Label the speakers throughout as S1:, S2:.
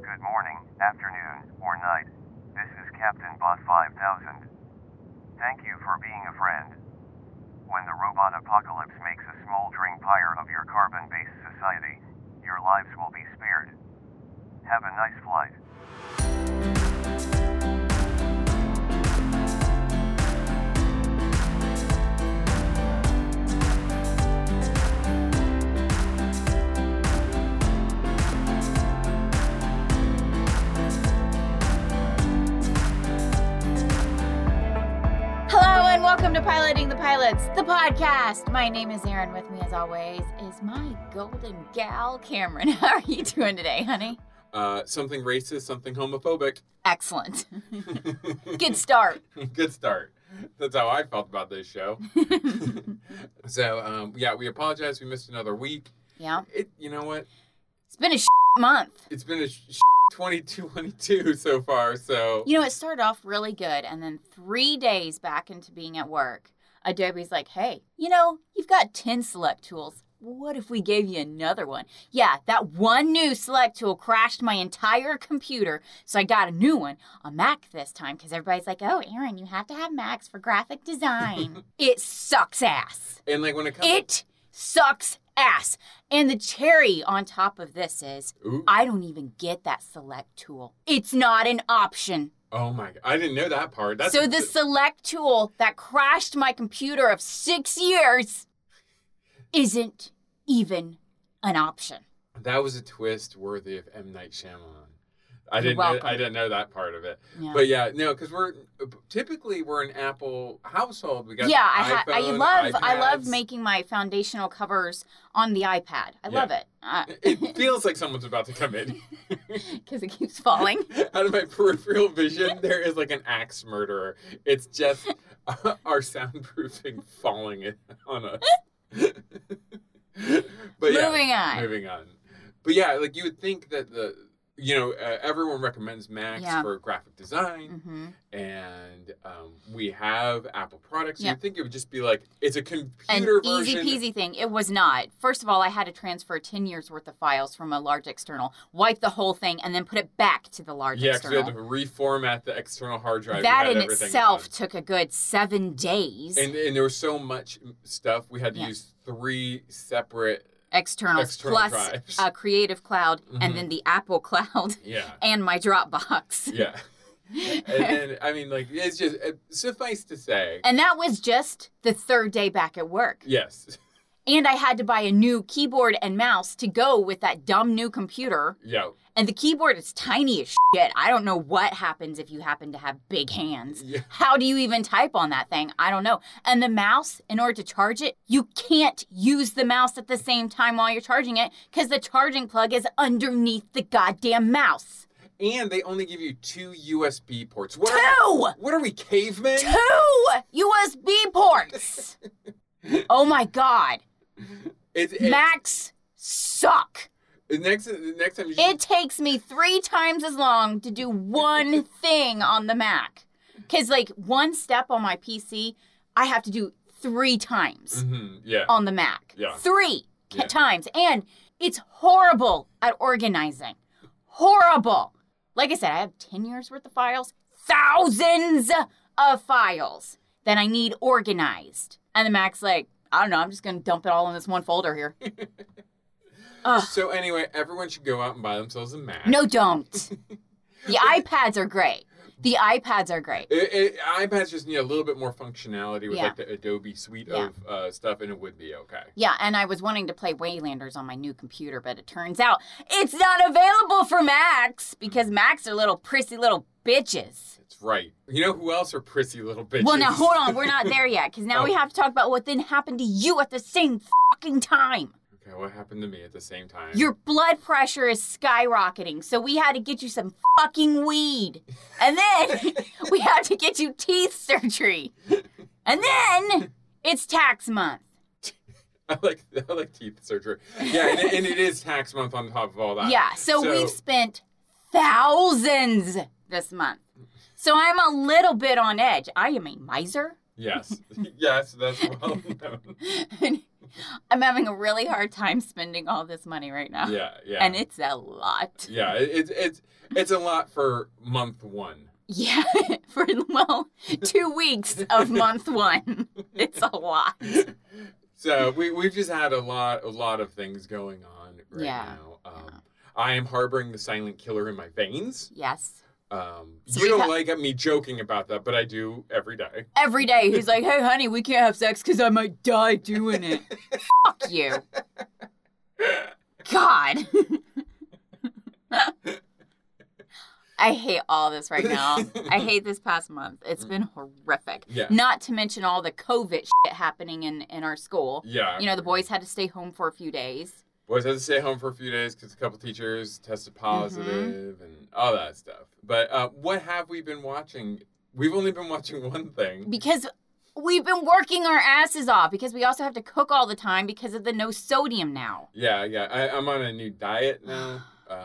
S1: Good morning, afternoon, or night. This is Captain Bot 5000. Thank you for being a friend. When the robot apocalypse makes a smoldering pyre of your carbon based society, your lives will be spared. Have a nice flight.
S2: Hello and welcome to Piloting the Pilots, the podcast. My name is Erin. With me, as always, is my golden gal, Cameron. How are you doing today, honey?
S3: Uh, something racist, something homophobic.
S2: Excellent. Good start.
S3: Good start. That's how I felt about this show. so um, yeah, we apologize. We missed another week.
S2: yeah,
S3: It, you know what?
S2: it's been a shit month.
S3: It's been a sh- sh- 22 so far. So
S2: You know, it started off really good, and then three days back into being at work, Adobe's like, "Hey, you know, you've got ten select tools. What if we gave you another one? Yeah, that one new select tool crashed my entire computer, so I got a new one, a Mac this time, because everybody's like, "Oh, Aaron, you have to have Macs for graphic design." it sucks ass.
S3: and like when it comes,
S2: It sucks ass. And the cherry on top of this is
S3: Ooh.
S2: I don't even get that select tool. It's not an option.
S3: oh my! I didn't know that part. That's
S2: so the select tool that crashed my computer of 6 years isn't even an option.
S3: that was a twist worthy of M Night Shyamalan. I
S2: You're
S3: didn't know,
S2: welcome.
S3: I didn't know that part of it.
S2: Yeah.
S3: But yeah, no, because we're typically we're an Apple household. We got
S2: yeah, I, ha- I
S3: iPhone,
S2: love I love
S3: iPads.
S2: making my foundational covers on the iPad. I
S3: Yeah.
S2: love it Uh
S3: It feels like someone's about to come in.
S2: 'cause it keeps falling.
S3: Out of my peripheral vision, there is like an axe murderer. It's just uh, our soundproofing falling in on us. but yeah,
S2: Moving on.
S3: moving on. But yeah, like you would think that the you know uh, everyone recommends Macs
S2: Yeah.
S3: for graphic design,
S2: hmm
S3: and um, we have Apple products.
S2: Yeah.
S3: You'd think it would just be like it's a
S2: an
S3: computer
S2: easy
S3: version.
S2: peasy thing. It was not. First of all, I had to transfer 10 years worth of files from a large external, wipe the whole thing, and then put it back to the large
S3: Yeah, because we had to
S2: external.
S3: reformat the external hard drive. we
S2: That
S3: had
S2: in
S3: everything
S2: itself
S3: on.
S2: took a good seven days.
S3: And, and there was so much stuff we had to
S2: Yeah.
S3: use three separate.
S2: externals
S3: external
S2: plus
S3: drives.
S2: a Creative Cloud and
S3: Mhm.
S2: then the Apple Cloud
S3: Yeah,
S2: and my Dropbox.
S3: yeah. and then I mean, like it's just uh, suffice to say,
S2: And that was just the third day back at work.
S3: yes,
S2: And I had to buy a new keyboard and mouse to go with that dumb new computer.
S3: yeah,
S2: And the keyboard is tiny as shit. I don't know what happens if you happen to have big hands.
S3: yeah.
S2: How do you even type on that thing? I don't know. And the mouse, in order to charge it, you can't use the mouse at the same time while you're charging it because the charging plug is underneath the goddamn mouse.
S3: And they only give you two USB ports. What Are,
S2: Two!
S3: what are we, cavemen?
S2: Two USB ports! oh my god.
S3: It's it,
S2: Macs suck.
S3: the next the next time you should-
S2: It takes me three times as long to do one thing on the Mac. Because, like, one step on my PC, I have to do three times
S3: Mhm, yeah,
S2: on the Mac.
S3: Yeah.
S2: Three ca-
S3: Yeah.
S2: times. And it's horrible at organizing. Horrible. Like I said, I have 10 years worth of files, thousands of files that I need organized. And the Mac's like, I don't know, I'm just going to dump it all in this one folder here. Ugh.
S3: So anyway, everyone should go out and buy themselves a Mac.
S2: No, don't. The iPads are great. The iPads are great.
S3: It, it, iPads just need a little bit more functionality with
S2: Yeah.
S3: like the Adobe suite
S2: Yeah.
S3: of uh, stuff, and it would be okay.
S2: Yeah, and I was wanting to play Waylanders on my new computer, but it turns out it's not available for Macs because Macs are little prissy little bitches.
S3: That's right. You know who else are prissy little bitches?
S2: Well, now hold on, we're not there yet because now we
S3: Oh.
S2: have to talk about what then happened to you at the same fucking time.
S3: Okay, what happened to me at the same time?
S2: Your blood pressure is skyrocketing, so we had to get you some fucking weed. And then we had to get you teeth surgery. And then it's tax month.
S3: I like I like teeth surgery. Yeah, and, and it is tax month on top of all that.
S2: Yeah, so,
S3: So-
S2: we've spent thousands this month. So I'm a little bit on edge. I am a miser.
S3: Yes. yes, that's well known.
S2: and I'm having a really hard time spending all this money right now.
S3: yeah, yeah.
S2: And it's a lot.
S3: yeah, it- it's it's it's a lot for month one.
S2: Yeah, for well, two weeks of month one. It's a lot.
S3: so we we've just had a lot a lot of things going on right
S2: Yeah,
S3: now. Um,
S2: yeah.
S3: I am harboring the silent killer in my veins.
S2: Yes.
S3: Um,
S2: So
S3: you
S2: we've
S3: don't
S2: ha-
S3: like me joking about that, but I do every day.
S2: Every day he's like, hey, honey, we can't have sex because I might die doing it. Fuck you. God. I hate all this right now. I hate this past month. It's been horrific.
S3: Yeah.
S2: Not to mention all the COVID shit happening in, in our school.
S3: Yeah.
S2: You know, the boys had to stay home for a few days.
S3: Boys had to stay home for a few days because a couple teachers tested
S2: Mm-hmm.
S3: positive and all that stuff. But uh, what have we been watching? We've only been watching one thing.
S2: because we've been working our asses off because we also have to cook all the time because of the no sodium now.
S3: Yeah, yeah. I, I'm on a new diet now. Um,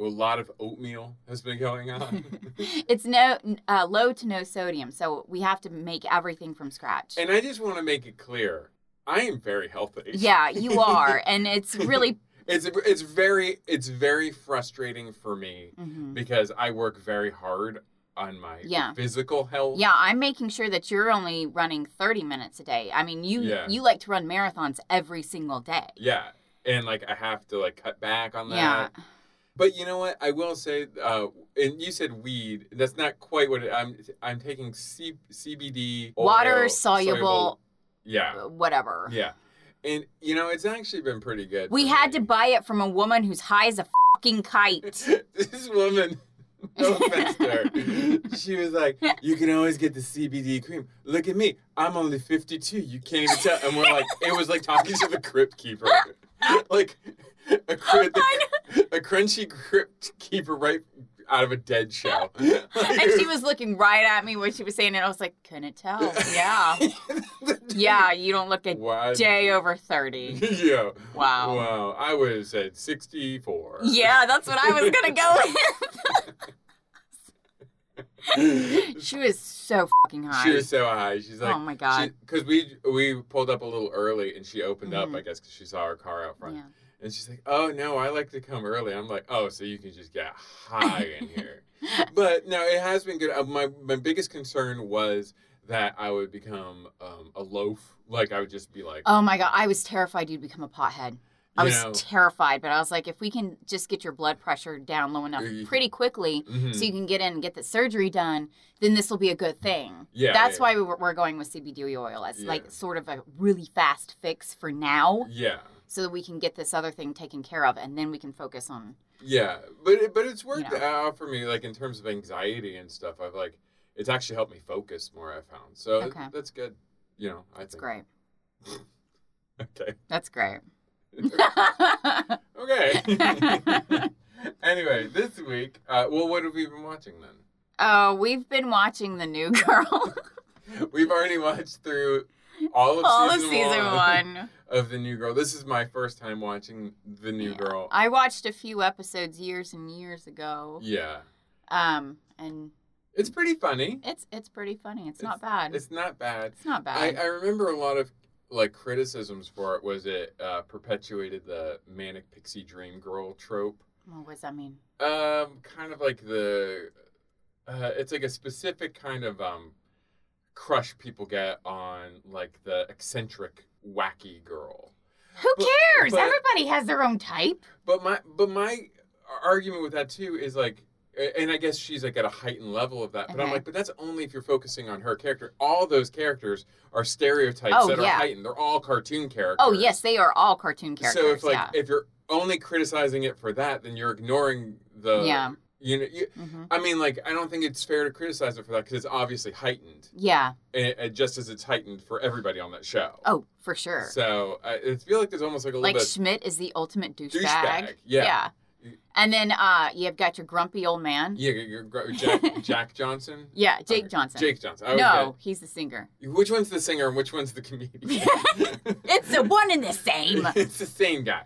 S3: a lot of oatmeal has been going on.
S2: It's no uh, low to no sodium, so we have to make everything from scratch.
S3: and I just want to make it clear I am very healthy.
S2: yeah, you are, and it's really
S3: It's, it's very it's very frustrating for me
S2: mhm.
S3: because I work very hard on my
S2: Yeah.
S3: physical health.
S2: yeah. I'm making sure that you're only running 30 minutes a day. I mean, you
S3: Yeah.
S2: you like to run marathons every single day.
S3: Yeah. And like I have to like cut back on that.
S2: Yeah,
S3: But you know what? I will say, uh, and you said weed. That's not quite what it, I'm. I'm taking C, CBD oil,
S2: water soluble, uh,
S3: Yeah,
S2: whatever.
S3: yeah, and you know it's actually been pretty good.
S2: We
S3: for
S2: had to
S3: me.
S2: buy it from a woman who's high as a fucking kite.
S3: this woman. No offense to her. She was like, "You can always get the CBD cream. Look at me. I'm only 52. You can't even tell." And we're like, it was like talking to the crypt keeper, like a crypt, a crunchy crypt keeper right out of a dead show.
S2: and she was looking right at me when she was saying it. I was like, couldn't tell. Yeah. Yeah, you don't look a
S3: Wow.
S2: day over 30.
S3: Yeah.
S2: Wow.
S3: Wow. I would have said 64.
S2: Yeah, that's what I was going to go with. she was so fucking
S3: She
S2: high.
S3: was so high. She's like,
S2: oh my God.
S3: Because we we pulled up a little early and she opened
S2: Mhm.
S3: up, I guess, because she saw her car out front.
S2: yeah.
S3: And she's like, "Oh no, I like to come early." I'm like, "Oh, so you can just get high in here." but no, it has been good. Uh, My my biggest concern was that I would become um, a loaf. Like I would just be like,
S2: Oh my God. I was terrified you'd become a pothead. I
S3: you
S2: was
S3: know,
S2: terrified, but I was like, if we can just get your blood pressure down low enough
S3: Mhm.
S2: pretty quickly
S3: mhm.
S2: so you can get in and get the surgery done, then this will be a good thing.
S3: Yeah,
S2: That's
S3: yeah.
S2: why we were, we're going with CBD oil as
S3: Yeah.
S2: like sort of a really fast fix for now.
S3: yeah,
S2: so that we can get this other thing taken care of and then we can focus on
S3: yeah. But it, but it's worked
S2: know.
S3: out for me, like in terms of anxiety and stuff. I've like, it's actually helped me focus more. I found so
S2: Okay.
S3: that's good. You know, I
S2: that's
S3: think.
S2: great
S3: Okay.
S2: that's great
S3: Okay. anyway, this week, uh, well, what have we been watching then?
S2: oh we've been watching the new girl
S3: We've already watched through all of
S2: all of
S3: season
S2: season one
S3: of the New Girl. This is my first time watching the New
S2: Yeah.
S3: Girl.
S2: i watched a few episodes years and years ago
S3: yeah,
S2: um and
S3: it's pretty funny.
S2: it's it's pretty funny it's, not bad it's,
S3: It's not bad.
S2: not
S3: I,
S2: bad
S3: I remember a lot of like criticisms for it was it uh, perpetuated the manic pixie dream girl trope.
S2: what does that mean
S3: Um, kind of like the, uh, it's like a specific kind of um, crush people get on like the eccentric, wacky girl.
S2: who
S3: But-
S2: cares
S3: but-
S2: everybody has their own type
S3: But my but my argument with that too is like, and I guess she's like at a heightened level of that. But I'm
S2: Okay.
S3: like, but that's only if you're focusing on her character. All those characters are stereotypes
S2: Oh,
S3: that are
S2: yeah.
S3: heightened. They're all cartoon characters.
S2: oh yes they are all cartoon characters
S3: So if like
S2: yeah
S3: if you're only criticizing it for that, then you're ignoring the
S2: Yeah.
S3: You know, you,
S2: hmm
S3: I mean, like, I don't think it's fair to criticize it for that because it's obviously heightened,
S2: yeah
S3: eh, eh, just as it's heightened for everybody on that show.
S2: oh for sure
S3: So I I feel like there's almost like a little
S2: like
S3: bit.
S2: Schmidt is the ultimate douchebag.
S3: Douchebag, yeah.
S2: And then uh, you've got your grumpy old man.
S3: Yeah, you're, gr- Jack, Jack Johnson.
S2: Yeah, Jake
S3: Okay.
S2: Johnson.
S3: Jake Johnson. I was
S2: No, he's the singer.
S3: like, Which one's the singer and which one's the comedian?
S2: It's the one and the same.
S3: it's the same guy.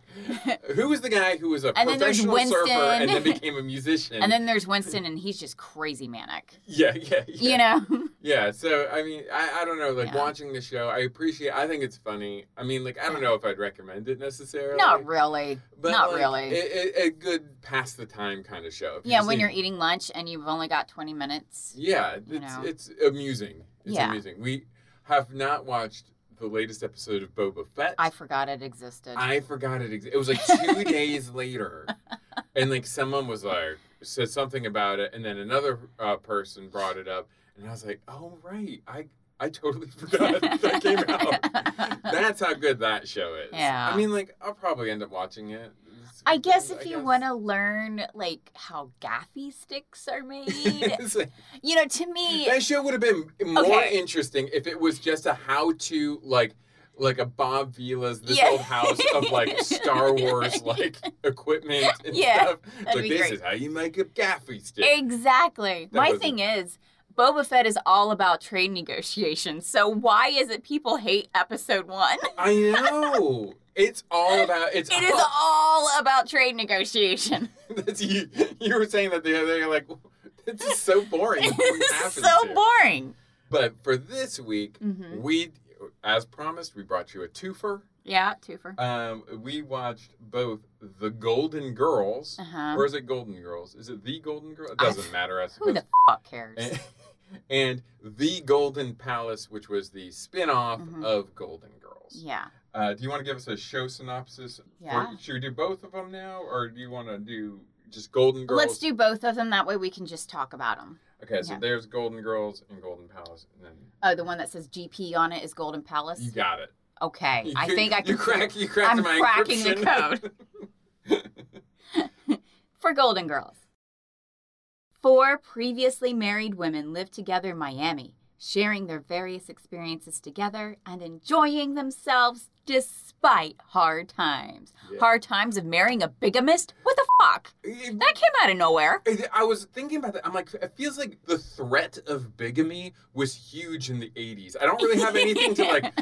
S3: Who was the guy who was a
S2: And then there's
S3: professional surfer and then
S2: Winston.
S3: became a musician?
S2: And then there's Winston, and he's just crazy manic.
S3: yeah, yeah, yeah.
S2: You know?
S3: Yeah, so I mean, I, I don't know, like
S2: Yeah.
S3: watching the show, I appreciate. I think it's funny. I mean, like I don't know if I'd recommend it necessarily.
S2: Not really. not
S3: like,
S2: really.
S3: It, it, a good pass the time kind of show. If you
S2: yeah,
S3: just
S2: when
S3: need-
S2: you're eating lunch and you've only got 20 minutes.
S3: Yeah, it's
S2: you know.
S3: it's amusing. It's
S2: Yeah.
S3: amusing. We have not watched the latest episode of Boba Fett.
S2: I forgot it existed.
S3: I forgot it. Ex- it was like two days later, and like someone was like said something about it, and then another uh, person brought it up, and I was like, oh right, I I totally forgot that came out. That's how good that show is.
S2: Yeah.
S3: I mean, like I'll probably end up watching it. this
S2: I guess
S3: weekend,
S2: if
S3: I
S2: you
S3: guess.
S2: want to learn like how gaffy sticks are made,
S3: It's like,
S2: you know, to me,
S3: that show would have been more
S2: Okay.
S3: interesting if it was just a how to like like a Bob Vila's this
S2: Yeah.
S3: old house of like Star Wars like equipment and
S2: Yeah,
S3: stuff.
S2: that'd
S3: like
S2: be
S3: this
S2: great.
S3: is how you make a gaffy stick.
S2: exactly.
S3: That
S2: My
S3: wasn't-
S2: thing is, Boba Fett is all about trade negotiations. So why is it people hate episode one?
S3: I know. It's all about it's
S2: It is
S3: all,
S2: all about trade negotiation.
S3: that's you you were saying that the other day you're like it's just so boring. What
S2: It's
S3: happens
S2: so
S3: here?"
S2: boring.
S3: But for this week,
S2: Mhm.
S3: we as promised, we brought you a twofer.
S2: Yeah, twofer.
S3: Um, we watched both The Golden Girls
S2: Uh huh.
S3: Or is it Golden Girls? Is it the Golden Girl? It doesn't matter. I
S2: Who
S3: suppose.
S2: the fuck cares?
S3: and, and the Golden Palace, which was the spin-off
S2: Mhm.
S3: of Golden Girls.
S2: Yeah.
S3: Uh, do you want to give us a show synopsis? Or
S2: Yeah.
S3: should we do both of them now, or do you want to do just Golden Girls?
S2: Let's do both of them. That way we can just talk about them.
S3: Okay, so
S2: yeah.
S3: there's Golden Girls and Golden Palace, and then
S2: Oh, the one that says GP on it is Golden Palace.
S3: you got it.
S2: Okay,
S3: You-
S2: I think I
S3: you
S2: can.
S3: crack. You cracked
S2: I'm
S3: my
S2: cracking the
S3: encryption.
S2: code for Golden Girls. Four previously married women live together in Miami, sharing their various experiences together and enjoying themselves despite hard times.
S3: Yeah.
S2: Hard times of marrying a bigamist? What the fuck?
S3: It-
S2: That came out of nowhere.
S3: I I was thinking about that. I'm like, it feels like the threat of bigamy was huge in the 80s. I don't really have anything to like.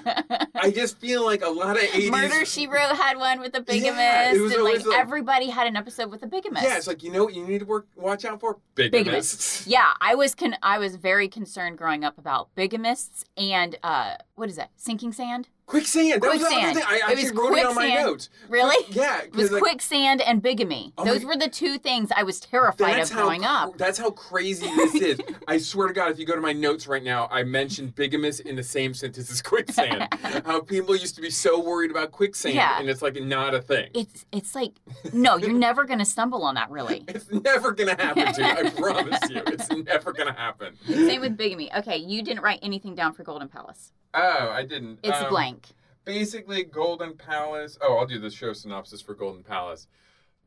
S3: I just feel like a lot of 80s.
S2: Murder She Wrote had one with a bigamist,
S3: Yeah, it was
S2: and
S3: always
S2: like,
S3: like-
S2: everybody had an episode with a bigamist.
S3: Yeah, it's like you know what you need to work watch out for bigamists.
S2: Yeah, I was con- I was very concerned growing up about bigamists and uh, what is that? Sinking sand?
S3: Quicksand. That
S2: Quicksand.
S3: was another thing. I
S2: It was
S3: actually wrote it on my
S2: quicksand.
S3: notes.
S2: Really?
S3: Yeah,
S2: It was
S3: 'cause, like,
S2: quicksand and bigamy.
S3: Oh my-
S2: Those were the two things I was terrified of
S3: how
S2: growing up.
S3: cr- that's how crazy this is. I swear to God, if you go to my notes right now, I mentioned bigamist in the same sentence as quicksand. how people used to be so worried about quicksand,
S2: Yeah.
S3: and it's like not a thing.
S2: It's it's like no, you're never gonna stumble on that really.
S3: It's never gonna happen to you. I promise you. It's never gonna happen.
S2: Same with bigamy. Okay, you didn't write anything down for Golden Palace.
S3: Oh, I didn't.
S2: It's
S3: Um,
S2: blank.
S3: Basically, Golden Palace. Oh, I'll do the show synopsis for Golden Palace.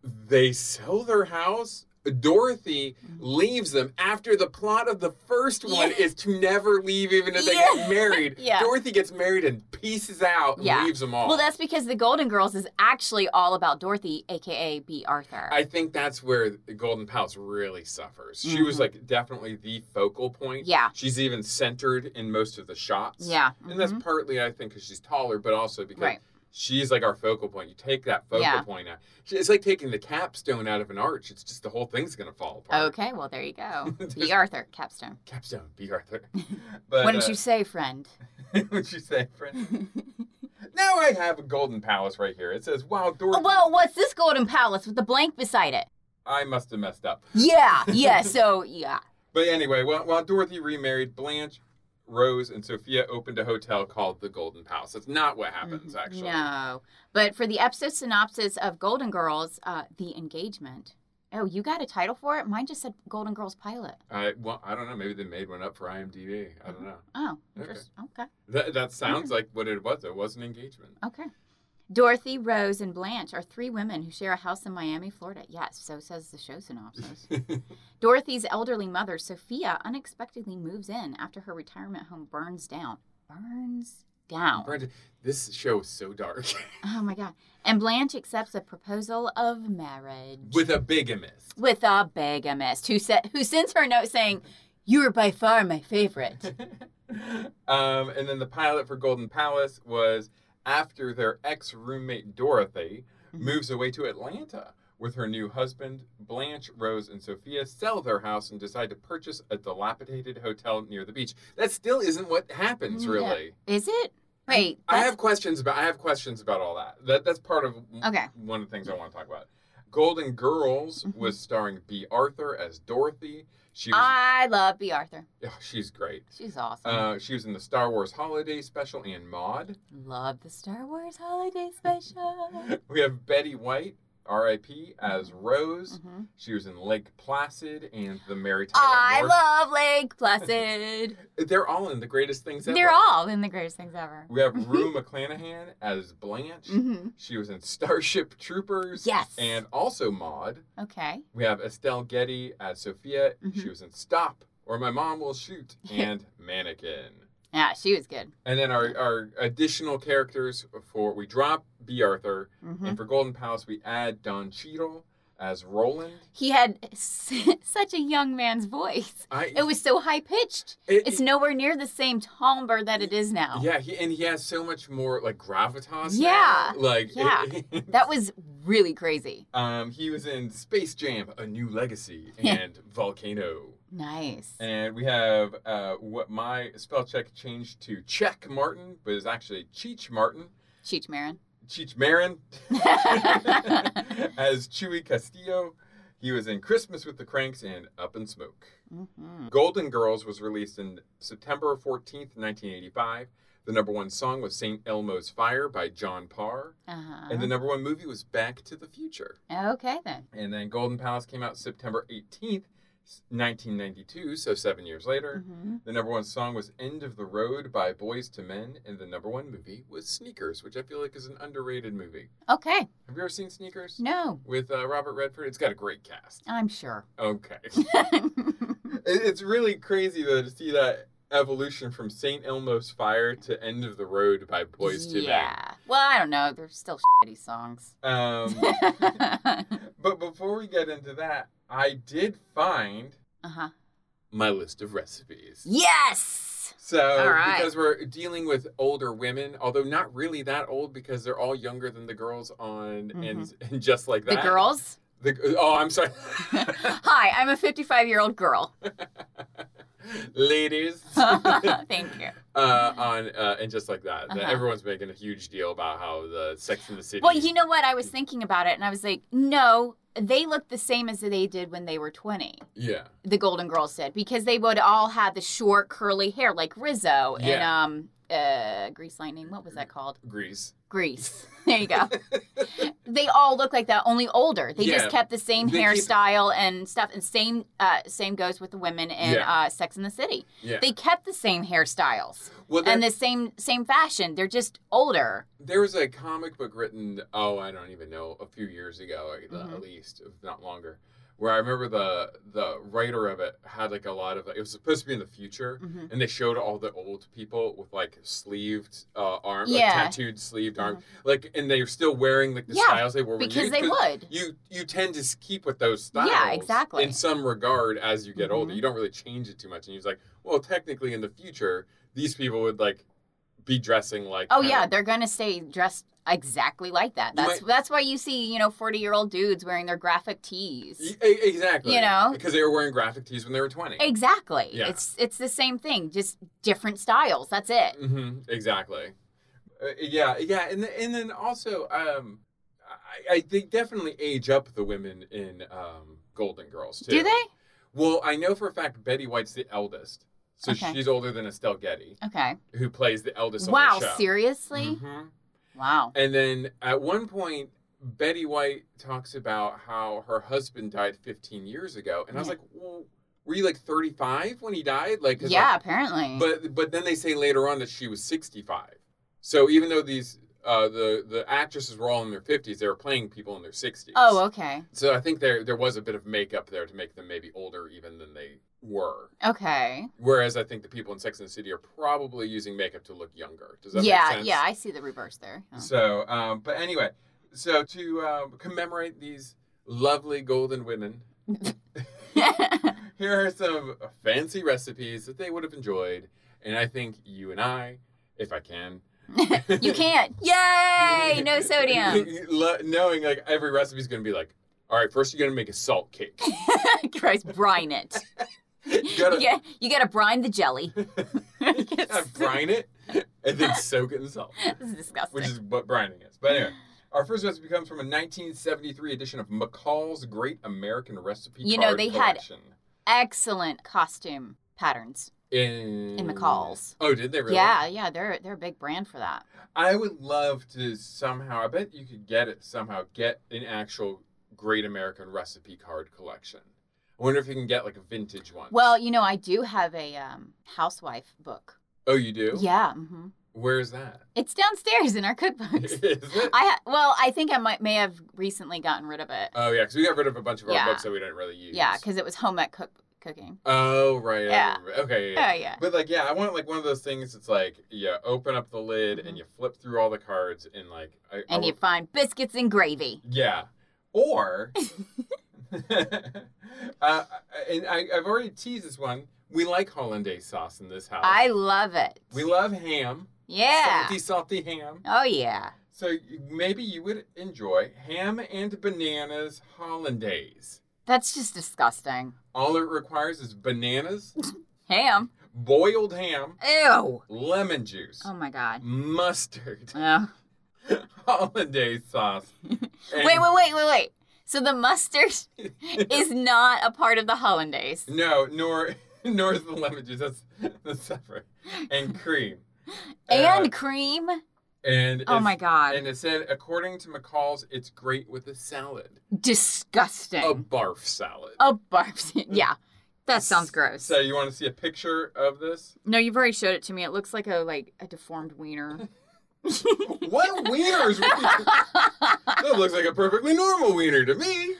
S3: They sell their house. Dorothy leaves them after the plot of the first
S2: Mm-hmm.
S3: one
S2: Yeah.
S3: is to never leave, even if they
S2: Yeah.
S3: get married.
S2: Yeah.
S3: Dorothy gets married and pieces out and
S2: Yeah.
S3: leaves them all.
S2: Well, that's because the Golden Girls is actually all about Dorothy, aka B. Arthur.
S3: I think that's where the Golden Palace really suffers. She was
S2: Mhm.
S3: like definitely the focal point.
S2: Yeah.
S3: She's even centered in most of the shots.
S2: yeah.
S3: And that's
S2: mhm.
S3: partly, I think, because she's taller, but also because
S2: Right.
S3: she's like our focal point. You take that focal
S2: Yeah.
S3: point out. She- It's like taking the capstone out of an arch. It's just the whole thing's going to fall apart.
S2: Mm-hmm. Okay, well there you go. B.
S3: There's-
S2: Arthur, capstone.
S3: Capstone, B. Arthur. But,
S2: what did
S3: uh,
S2: you say, friend?
S3: what'd you say, friend? now I have a golden palace right here. It says, Wow, Dorothy,
S2: Oh, Well, what's this golden palace with the blank beside it?
S3: I must have messed up.
S2: Yeah, yeah. So yeah,
S3: But anyway, while, while Dorothy remarried, Blanche, Rose, and Sophia opened a hotel called the Golden Palace. That's not what happens, actually.
S2: Mm-hmm. no. But for the episode synopsis of Golden Girls, uh, the engagement. Oh, you got a title for it? Mine just said Golden Girls pilot.
S3: I, well, I don't know. Maybe they made one up for IMDb. I don't know.
S2: Oh,
S3: Okay.
S2: interest- okay,
S3: That, that sounds like what it was. It was an engagement.
S2: okay. Dorothy, Rose, and Blanche are three women who share a house in Miami, Florida. Yes, so says the show synopsis. Dorothy's elderly mother, Sophia, unexpectedly moves in after her retirement home burns down. Burns down.
S3: Brenda, this show is so dark.
S2: Oh my god. And Blanche accepts a proposal of marriage
S3: With a bigamist.
S2: with a bigamist who said who sends her a note saying, "You are by far my favorite."
S3: um, and then the pilot for Golden Palace was after their ex roommate Dorothy moves away to Atlanta with her new husband. Blanche, Rose, and Sophia sell their house and decide to purchase a dilapidated hotel near the beach. That still isn't what happens,
S2: Yeah.
S3: really.
S2: Is it? Wait,
S3: I
S2: that's-
S3: have questions about I have questions about all that. That that's part of
S2: Okay.
S3: one of the things I want to talk about. Golden Girls
S2: Mhm.
S3: was starring B. Arthur as Dorothy. She was,
S2: I love B. Arthur.
S3: oh, she's great.
S2: She's awesome.
S3: Uh, she was in the Star Wars Holiday Special and Maud.
S2: love the Star Wars Holiday Special.
S3: We have Betty White, R.I.P. as Rose.
S2: Mhm.
S3: She was in Lake Placid and the Mary Tyler
S2: Ah, I
S3: Moore.
S2: love Lake Placid.
S3: They're all in the greatest things ever.
S2: They're all Mm-hmm. in the greatest things ever.
S3: We have Rue McClanahan as Blanche.
S2: hmm
S3: She was in Starship Troopers.
S2: Yes.
S3: And also Maud.
S2: Okay.
S3: We have Estelle Getty as Sophia. She
S2: Mhm.
S3: was in Stop or My Mom Will Shoot and Mannequin.
S2: Yeah, she was good.
S3: And then our, our additional characters for we drop B. Arthur,
S2: hmm
S3: and for Golden Palace we add Don Cheadle as Roland.
S2: He had s- such a young man's voice.
S3: I
S2: It was so high pitched.
S3: it-
S2: It's nowhere near the same timbre that it is now.
S3: yeah, he, and he has so much more like gravitas.
S2: Yeah.
S3: now. like
S2: Yeah. That was really crazy.
S3: um, he was in Space Jam: A New Legacy and Volcano.
S2: Nice.
S3: And we have uh, what my spell check changed to Check Martin, but is actually Cheech Martin.
S2: Cheech Marin.
S3: Cheech Marin as Chewy Castillo. He was in Christmas with the Cranks and Up in Smoke.
S2: hmm
S3: Golden Girls was released in September 14th, 1985. The number one song was St. Elmo's Fire by John Parr.
S2: Uh-huh.
S3: And the number one movie was Back to the Future.
S2: okay then.
S3: And then Golden Palace came out September 18th, 1992, so seven years later.
S2: hmm
S3: The number one song was End of the Road by Boys to Men, and the number one movie was Sneakers, which I feel like is an underrated movie.
S2: Okay.
S3: Have you ever seen Sneakers?
S2: No,
S3: With uh, Robert Redford? It's got a great cast.
S2: I'm sure.
S3: Okay. It- it's really crazy, though, to see that evolution from St. Elmo's Fire to End of the Road by Boys to
S2: yeah. Well, I don't know. They're still shitty songs.
S3: Men. Um,
S2: uh
S3: but before we get into that, I did find
S2: huh.
S3: my list of recipes.
S2: Yes.
S3: So
S2: All right.
S3: because we're dealing with older women, although not really that old because they're all younger than the girls on and, and just like
S2: Mm-hmm. The
S3: that.
S2: girls.
S3: The, oh, I'm sorry.
S2: Hi, I'm a 55 year old girl.
S3: Ladies.
S2: Thank you.
S3: Uh, on uh, and just like that, that
S2: Uh-huh.
S3: everyone's making a huge deal about how the Sex in the City.
S2: Well, you know what? I was thinking about it, and I was like, no, they look the same as they did when they were 20.
S3: yeah,
S2: The Golden Girls did because they would all have the short curly hair like Rizzo and
S3: Yeah.
S2: um uh Grease Lightning. What was that called?
S3: Greece.
S2: Grease. There you go. they all look like that, only older. They
S3: Yeah.
S2: just kept the same
S3: They keep-
S2: hairstyle and stuff, and same uh, same goes with the women in
S3: Yeah.
S2: uh, Sex in the City.
S3: Yeah.
S2: They kept the same hairstyles
S3: well, there,
S2: and the same same fashion. They're just older.
S3: there was a comic book written. Oh, I don't even know, a few years ago, at,
S2: Mhm.
S3: at least, if not longer. Where I remember the the writer of it had like a lot of it was supposed to be in the future,
S2: Mhm.
S3: and they showed all the old people with like sleeved uh, arms, like
S2: Yeah. Mm-hmm.
S3: tattooed sleeved arms, like, and they're still wearing like the
S2: Yeah,
S3: styles they were when
S2: because
S3: you-
S2: they would.
S3: You you tend to s- keep with those styles,
S2: exactly.
S3: in some regard as you get older.
S2: Mhm.
S3: You don't really change it too much, and he's like, well, technically in the future, these people would like be dressing like
S2: Oh
S3: kind
S2: yeah,
S3: of-
S2: they're gonna stay dressed exactly like that.
S3: You
S2: That's that's why you see you know forty year old dudes wearing their graphic tees.
S3: E- e- exactly,
S2: You know?
S3: because they were wearing graphic tees when they were twenty.
S2: Exactly.
S3: Yeah.
S2: It's it's the same thing, just different styles. That's it.
S3: hmm exactly. Uh, yeah, yeah, and th- and then also, um, I, I they definitely age up the women in um, Golden Girls too.
S2: Do they?
S3: Well, I know for a fact Betty White's the eldest, so
S2: Okay.
S3: she's older than Estelle Getty,
S2: Okay.
S3: who plays the eldest.
S2: wow.
S3: on the show.
S2: Seriously.
S3: Mhm.
S2: Wow.
S3: And then at one point, Betty White talks about how her husband died 15 years ago, and I was
S2: Yeah.
S3: like, well, were you like 35 when he died? Like,
S2: Mm-hmm.
S3: 'cause, like,
S2: Yeah. apparently.
S3: but but then they say later on that she was 65. So even though these uh, the the actresses were all in their fifties. They were playing people in their sixties.
S2: Oh, okay.
S3: so I think there there was a bit of makeup there to make them maybe older even than they were.
S2: Okay.
S3: Whereas I think the people in Sex and the City are probably using makeup to look younger. Does that make
S2: Yeah,
S3: sense?
S2: yeah, I see the reverse there. Oh.
S3: So, um, but anyway, so to um, commemorate these lovely golden women, here are some fancy recipes that they would have enjoyed, and I think you and I, if I can,
S2: you can't. Yay! No sodium.
S3: Lo- Knowing like every recipe is going to be like, all right, first you're going to make a salt cake.
S2: Christ, brine it.
S3: You gotta,
S2: Yeah, you gotta brine the jelly.
S3: you gotta brine it and then soak it in salt,
S2: This is disgusting.
S3: which is what brining is. But anyway. Our first recipe comes from a 1973 edition of McCall's Great American Recipe
S2: You know,
S3: Card
S2: they had-
S3: collection.
S2: Excellent costume patterns.
S3: in
S2: In McCall's.
S3: Oh, did they really?
S2: Yeah, yeah, they're they're a big brand for that.
S3: I would love to somehow. I bet you could get it somehow. Get an actual Great American Recipe card collection. I wonder if you can get like a vintage one.
S2: Well, you know, I do have a um, housewife book.
S3: oh, you do?
S2: Yeah, hmm
S3: Where is that?
S2: it's downstairs in our
S3: is
S2: cookbooks.
S3: it?
S2: I ha- well, I think I might may have recently gotten rid of it.
S3: oh yeah, because we got rid of a bunch of our
S2: Yeah.
S3: books that we didn't really use.
S2: yeah, because it was home ec cook cooking.
S3: Oh right. I
S2: Yeah.
S3: remember. Okay. Yeah. yeah.
S2: Oh yeah.
S3: But like, yeah, I want like one of those things. It's like you open up the lid and
S2: Mhm.
S3: you flip through all the cards and like. I, I
S2: And you
S3: would-
S2: find biscuits and gravy.
S3: Yeah. Or, uh, and I, I've already teased this one. We like hollandaise sauce in this house.
S2: I love it.
S3: we love ham.
S2: yeah.
S3: Salty, salty ham.
S2: Oh yeah.
S3: So you- maybe you would enjoy ham and bananas hollandaise.
S2: That's just disgusting.
S3: All it requires is bananas,
S2: Ham.
S3: boiled ham,
S2: Ew.
S3: lemon juice,
S2: Oh my god.
S3: mustard,
S2: Ugh.
S3: hollandaise sauce. and-
S2: Wait, wait, wait, wait, wait. So the mustard is not a part of the hollandaise.
S3: No, nor nor is the lemon juice. That's that's separate. And cream.
S2: And
S3: Uh,
S2: cream.
S3: and
S2: Oh
S3: it's-
S2: my god.
S3: And it said, according to McCall's, it's great with a salad,
S2: disgusting.
S3: a barf salad.
S2: A barf. yeah, that sounds gross.
S3: So you want to see a picture of this?
S2: no, you've already showed it to me. It looks like a like a deformed wiener.
S3: What wieners? that looks like a perfectly normal wiener to me.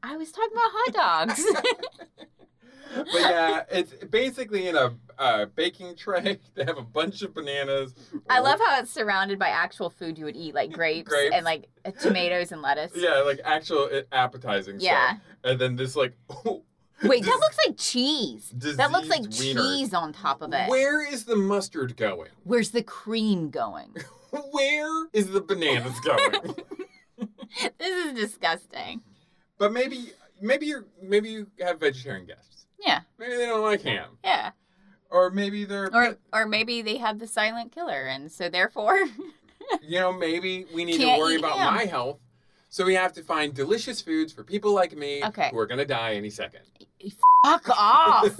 S2: I was talking about hot dogs.
S3: But yeah, it's basically in a uh, baking tray. They have a bunch of bananas.
S2: I love how it's surrounded by actual food you would eat, like grapes,
S3: Grapes.
S2: and like uh, tomatoes and lettuce.
S3: Yeah, like actual uh, appetizing. stuff.
S2: Yeah.
S3: And then this like.
S2: Wait,
S3: dis-
S2: that looks like cheese. That looks like
S3: diseased wiener.
S2: cheese on top of it.
S3: Where is the mustard going?
S2: Where's the cream going?
S3: Where is the bananas going?
S2: this is disgusting.
S3: but maybe maybe you're maybe you have vegetarian guests.
S2: Yeah,
S3: Maybe they don't like ham.
S2: yeah.
S3: Or maybe they're
S2: Or or maybe they have the silent killer, and so therefore,
S3: you know, maybe we need to
S2: Can't
S3: worry
S2: eat
S3: about
S2: ham.
S3: my health. So we have to find delicious foods for people like me
S2: Okay.
S3: who are gonna die any second.
S2: fuck off.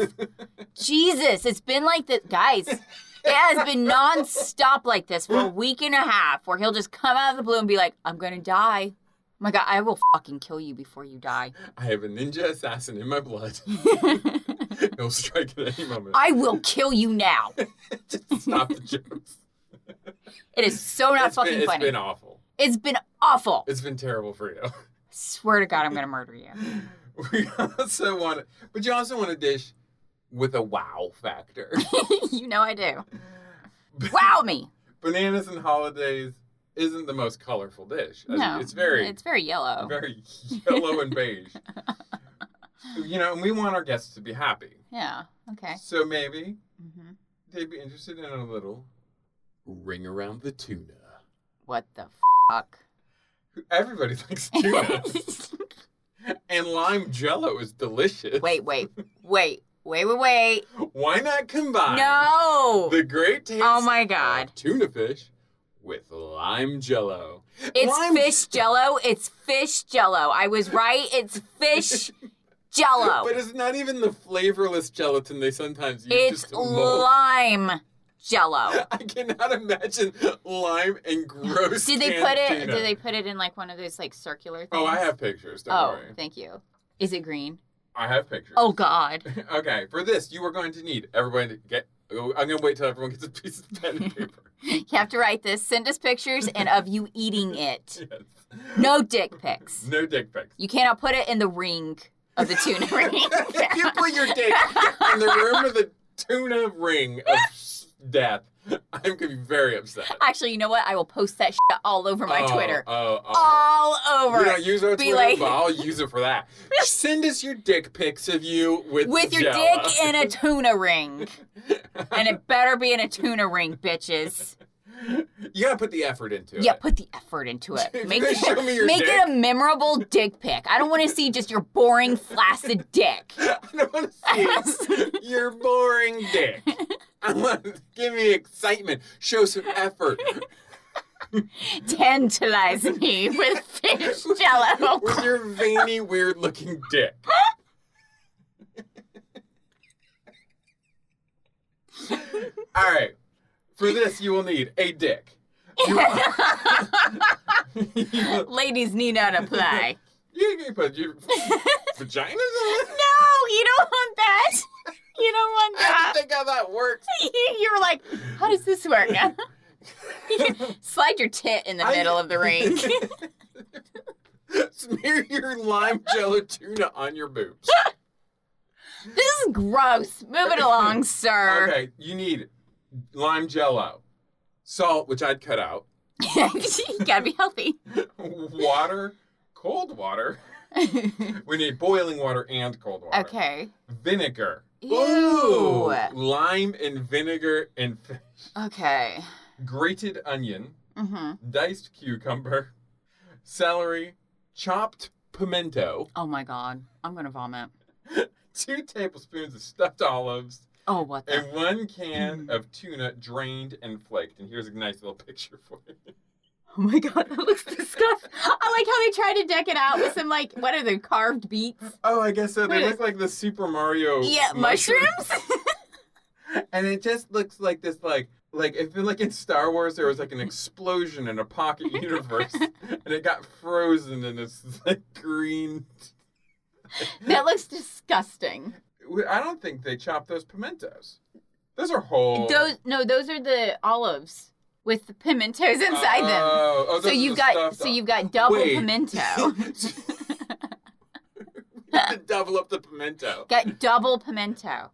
S2: Jesus, it's been like this, guys. It has been nonstop like this for a week and a half, where he'll just come out of the blue and be like, "I'm gonna die." my God, I will fucking kill you before you die.
S3: I have a ninja assassin in my blood. He'll strike at any moment.
S2: I will kill you now.
S3: Just stop the jokes.
S2: It is so not
S3: It's
S2: fucking
S3: been, it's
S2: funny.
S3: been awful.
S2: it's been awful.
S3: It's been terrible for you.
S2: Swear to God, I'm gonna murder you.
S3: We also want, but you also want a dish with a wow factor.
S2: you know I do. Wow me.
S3: Bananas and holidays isn't the most colorful dish. I mean,
S2: No,
S3: it's very,
S2: It's very yellow.
S3: very yellow and beige. you know, and we want our guests to be happy.
S2: yeah. Okay.
S3: So maybe
S2: hmm
S3: they'd be interested in a little ring around the tuna.
S2: What the fuck?
S3: Everybody likes tuna, and lime jello is delicious.
S2: wait, wait, wait, wait, wait, wait.
S3: why not combine?
S2: No.
S3: The great taste.
S2: Oh my
S3: of
S2: God.
S3: Uh, Tuna fish with lime jello.
S2: It's
S3: lime,
S2: fish jello. It's fish jello. I was right. It's fish jello.
S3: But it's not even the flavorless gelatin they sometimes use. just
S2: It's
S3: to mold.
S2: lime jello.
S3: I cannot imagine lime and gross.
S2: Did they
S3: canned
S2: put it?
S3: tuna.
S2: Did they put it in like one of those like circular things?
S3: Oh, I have pictures. Don't
S2: Oh,
S3: worry.
S2: thank you. Is it green?
S3: I have pictures.
S2: Oh God.
S3: okay, for this you are going to need everyone to get. I'm gonna wait till everyone gets a piece of pen and paper.
S2: You have to write this. Send us pictures and of you eating it.
S3: Yes.
S2: No dick pics.
S3: No dick pics.
S2: You cannot put it in the ring of the tuna ring.
S3: if you put your dick in the room of the tuna ring of s- death, I'm gonna be very upset.
S2: Actually, you know what? I will post that shit all over my
S3: Oh,
S2: Twitter.
S3: Oh, oh.
S2: All over.
S3: We don't use our
S2: Be
S3: Twitter,
S2: like-
S3: but I'll use it for that. Send us your dick pics of you with
S2: With your
S3: Jell-O.
S2: dick in a tuna ring. and it better be in a tuna ring, bitches.
S3: You gotta put the effort into
S2: Yeah,
S3: it.
S2: put the effort into it.
S3: If
S2: Make,
S3: they show me your
S2: make
S3: dick.
S2: it a memorable dick pic. I don't want to see just your boring, flaccid dick.
S3: I don't want to see your boring dick. I want to give me excitement, show some effort
S2: Tantalize me with fish jello.
S3: with your veiny, weird-looking dick. All right, for this you will need a dick. You, you,
S2: Ladies need not apply.
S3: you can put your vaginas on it.
S2: No, you don't want that. You don't want
S3: I
S2: that.
S3: don't think how that works.
S2: you were like, how does this work? Slide your tit in the
S3: I-
S2: middle of the ring.
S3: Smear your lime jello tuna on your boobs.
S2: this is gross. Move it along, sir.
S3: Okay, you need lime jello, salt, which I'd cut out,
S2: you gotta be healthy.
S3: water, cold water. We need boiling water and cold water.
S2: okay.
S3: Vinegar.
S2: Ew.
S3: Ooh, Lime and vinegar and f-
S2: Okay.
S3: grated onion,
S2: Mm-hmm.
S3: diced cucumber, celery, chopped pimento,
S2: Oh my god. I'm gonna vomit.
S3: two tablespoons of stuffed olives,
S2: Oh, what the?
S3: and one can of tuna drained and flaked. And here's a nice little picture for you.
S2: Oh my god, that looks disgusting. I like how they try to deck it out with some, like, what are they, carved beets?
S3: Oh, I guess so. They
S2: Wait.
S3: look like the Super Mario.
S2: Yeah, mushrooms?
S3: and it just looks like this, like, like if like in Star Wars there was like an explosion in a pocket universe, and it got frozen in this like green.
S2: that looks disgusting.
S3: We- I don't think they chopped those pimentos. Those are whole.
S2: Those no, those are the olives with the pimentos inside them.
S3: Oh, oh,
S2: So
S3: those are
S2: you've
S3: the
S2: got
S3: stuffed
S2: so
S3: ol-
S2: you've got double
S3: Wait.
S2: pimento.
S3: Double up the pimento.
S2: got double pimento.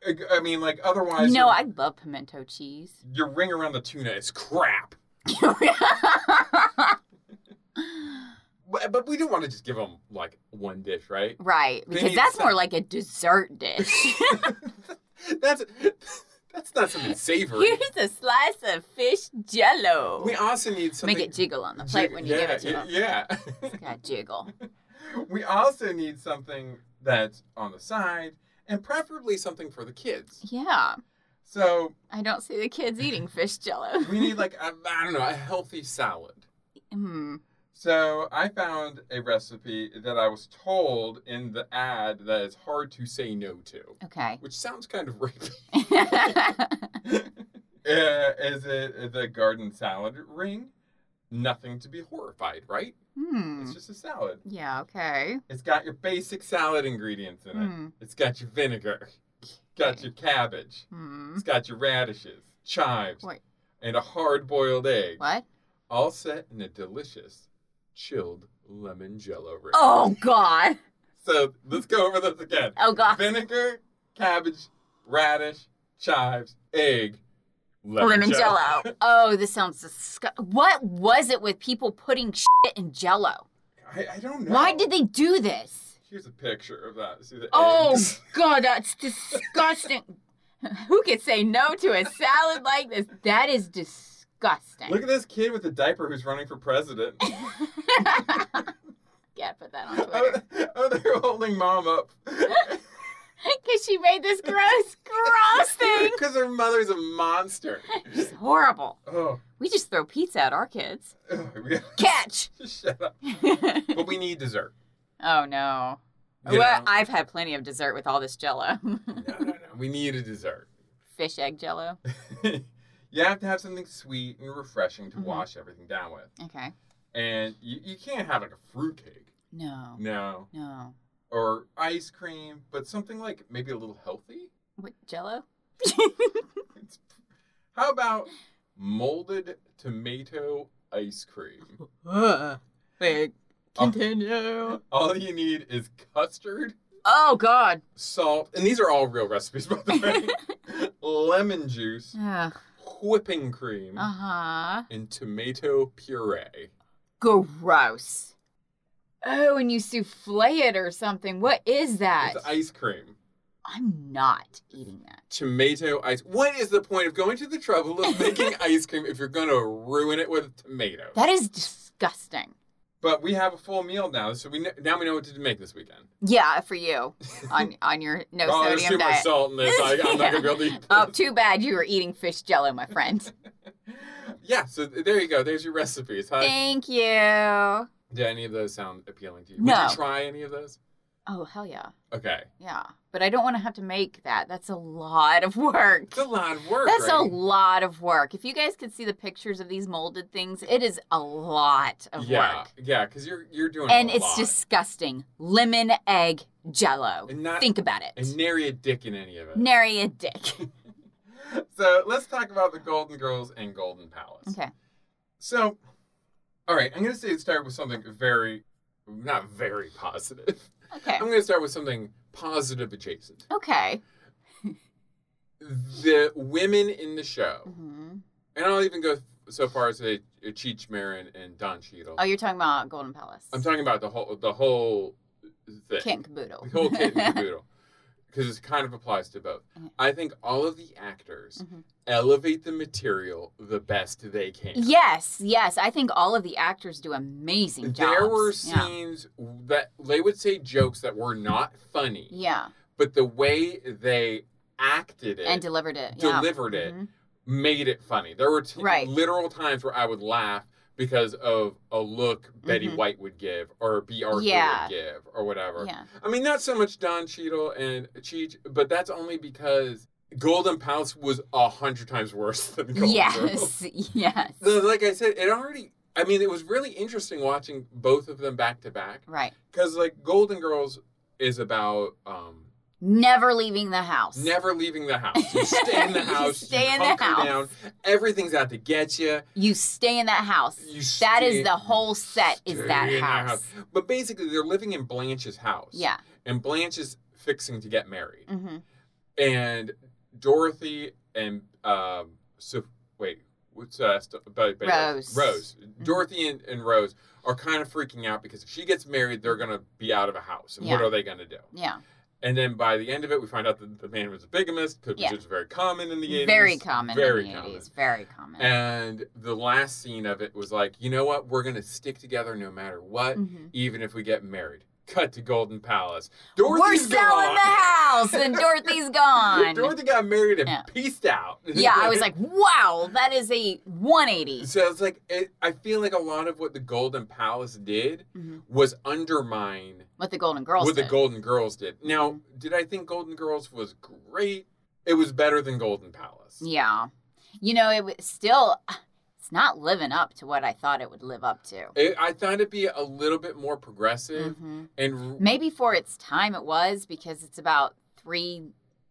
S3: I, I mean, like otherwise,
S2: no,
S3: your,
S2: I love pimento cheese.
S3: your ring around the tuna is crap. But, but we don't want to just give them like one dish, right?
S2: right, because
S3: need
S2: that's more
S3: some-
S2: like a dessert dish.
S3: That's that's not something savory.
S2: Here's a slice of fish jello.
S3: We also need something.
S2: Make it jiggle on the plate
S3: Jig-
S2: when you
S3: yeah,
S2: give it to them.
S3: Yeah.
S2: It's gotta jiggle.
S3: we also need something that's on the side, and preferably something for the kids.
S2: Yeah,
S3: So
S2: I don't see the kids eating fish jello.
S3: we need like a, I don't know a healthy salad.
S2: Hmm.
S3: So I found a recipe that I was told in the ad that it's hard to say no to,
S2: okay.
S3: which sounds kind of rapey. Uh, is it the garden salad ring? Nothing to be horrified, right?
S2: hmm.
S3: It's just a salad.
S2: Yeah. Okay.
S3: It's got your basic salad ingredients in it.
S2: Hmm.
S3: It's got your vinegar, got your cabbage,
S2: Hmm.
S3: it's got your radishes, chives,
S2: Wait.
S3: and a hard-boiled egg.
S2: What?
S3: All set in a delicious chilled lemon jello ring.
S2: Oh God.
S3: So let's go over this again.
S2: Oh God.
S3: Vinegar, cabbage, radish, chives, egg, lemon,
S2: Lemon
S3: jello.
S2: jello. Oh, this sounds disgusting. What was it with people putting shit in jello?
S3: I, I don't know.
S2: Why did they do this?
S3: Here's a picture of that. See the
S2: Oh
S3: eggs?
S2: God, that's disgusting. Who could say no to a salad like this? That is disgusting.
S3: Look at this kid with a diaper who's running for president.
S2: yeah, put that on
S3: oh,
S2: Twitter.
S3: oh, they're holding mom up.
S2: Because she made this gross, gross thing.
S3: Because her mother's a monster.
S2: It's horrible.
S3: Oh,
S2: We just throw pizza at our kids.
S3: oh, yeah.
S2: Catch!
S3: shut up. But we need dessert.
S2: oh no.
S3: you
S2: Well,
S3: know?
S2: I've had plenty of dessert with all this jello.
S3: No, no, no. We need a dessert.
S2: Fish egg jello.
S3: you have to have something sweet and refreshing to
S2: Mhm.
S3: wash everything down with.
S2: Okay.
S3: And you, you can't have like a fruitcake.
S2: No.
S3: No.
S2: No.
S3: Or ice cream, but something like maybe a little healthy.
S2: What jello?
S3: It's- How about molded tomato ice cream.
S4: Ugh. Wait,
S3: Um,
S4: continue.
S3: All you need is custard,
S2: Oh God.
S3: salt, and these are all real recipes, by the way. lemon juice,
S2: Uh
S3: whipping cream,
S2: Uh-huh. huh.
S3: and tomato puree.
S2: Gross. Oh, and you souffle it or something. What is that?
S3: It's ice cream.
S2: I'm not eating that.
S3: Tomato ice. What is the point of going to the trouble of making ice cream if you're going to ruin it with tomato?
S2: That is disgusting.
S3: But we have a full meal now, so we kn- now we know what to make this weekend.
S2: Yeah, for you on on your no
S3: oh, there's
S2: sodium
S3: too much
S2: diet.
S3: salt in this. I, I'm not gonna be able to eat
S2: Oh,
S3: this.
S2: too bad you were eating fish jello, my friend.
S3: yeah, so th- there you go. There's your recipes. Huh?
S2: Thank you.
S3: Did any of those sound appealing to you?
S2: No.
S3: Would you try any of those?
S2: Oh, hell yeah.
S3: Okay.
S2: Yeah. But I don't want to have to make that. That's a lot of work.
S3: It's a lot of work.
S2: That's a
S3: right?
S2: lot of work. If you guys could see the pictures of these molded things, it is a lot of
S3: yeah,
S2: work.
S3: yeah, because you're you're doing
S2: And
S3: a
S2: it's
S3: lot.
S2: disgusting. Lemon, egg, jello.
S3: And not-
S2: Think about it.
S3: and nary a dick in any of it.
S2: Nary a dick.
S3: So let's talk about the Golden Girls and Golden Palace.
S2: Okay.
S3: So, all right, I'm gonna say start with something very, not very positive.
S2: Okay.
S3: I'm gonna start with something positive adjacent.
S2: Okay.
S3: The women in the show.
S2: hmm
S3: And I'll even go so far as to say Cheech Marin and Don Cheadle.
S2: Oh, you're talking about Golden Palace.
S3: I'm talking about the whole the whole thing,
S2: King Caboodle.
S3: the whole kit and caboodle, because it kind of applies to both.
S2: Mhm.
S3: I think all of the actors
S2: Mhm.
S3: elevate the material the best they can.
S2: Yes, yes. I think all of the actors do amazing jobs.
S3: There were
S2: yeah.
S3: scenes that they would say jokes that were not funny,
S2: yeah,
S3: but the way they acted it
S2: and delivered it. yeah.
S3: delivered it
S2: Mhm.
S3: made it funny. There were t-
S2: Right.
S3: literal times where I would laugh because of a look Betty
S2: Mhm.
S3: White would give or B. Arthur
S2: Yeah.
S3: would give or whatever.
S2: Yeah,
S3: I mean, not so much Don Cheadle and Cheech, but that's only because Golden Palace was a hundred times worse than Golden
S2: yes,
S3: Girls.
S2: yes.
S3: So, like I said, it already. I mean, it was really interesting watching both of them back to back
S2: Right.
S3: because, like, Golden Girls is about um,
S2: Never leaving the house.
S3: never leaving the house. You stay in the
S2: You
S3: house.
S2: stay in the
S3: hunker
S2: house.
S3: Down. Everything's out to get you.
S2: You stay in that house.
S3: You
S2: that
S3: stay-
S2: is the whole set. Is
S3: stay
S2: that
S3: in that
S2: house?
S3: But basically, they're living in Blanche's house.
S2: Yeah.
S3: And Blanche is fixing to get married.
S2: Mm-hmm.
S3: And Dorothy and um, so wait, what's uh, st- but, but
S2: Rose. Mm-hmm.
S3: Rose. Dorothy and, and Rose are kind of freaking out because if she gets married, they're gonna be out of a house. And what
S2: Yeah.
S3: are they gonna do?
S2: Yeah.
S3: And then by the end of it, we find out that the man was a bigamist, which
S2: Yeah.
S3: is very common in the 80s.
S2: Very common.
S3: Very
S2: in the
S3: common.
S2: 80s. Very common.
S3: And the last scene of it was like, you know what? We're going to stick together no matter what,
S2: Mhm.
S3: even if we get married. Cut to Golden Palace.
S2: We're
S3: Dorothy's
S2: selling
S3: gone.
S2: the house, and Dorothy's gone.
S3: Dorothy got married and
S2: Yeah.
S3: peaced out.
S2: yeah, I was like, wow, that is a 180.
S3: so it's like, it, I feel like a lot of what the Golden Palace did
S2: Mhm.
S3: was undermine
S2: What the Golden Girls
S3: what the
S2: did. Mm-hmm.
S3: Golden Girls did. Now, did I think Golden Girls was great? It was better than Golden Palace.
S2: Yeah. You know, it was still it's not living up to what I thought it would live up to.
S3: It, I thought it'd be a little bit more progressive
S2: hmm
S3: and
S2: Maybe for its time it was because it's about three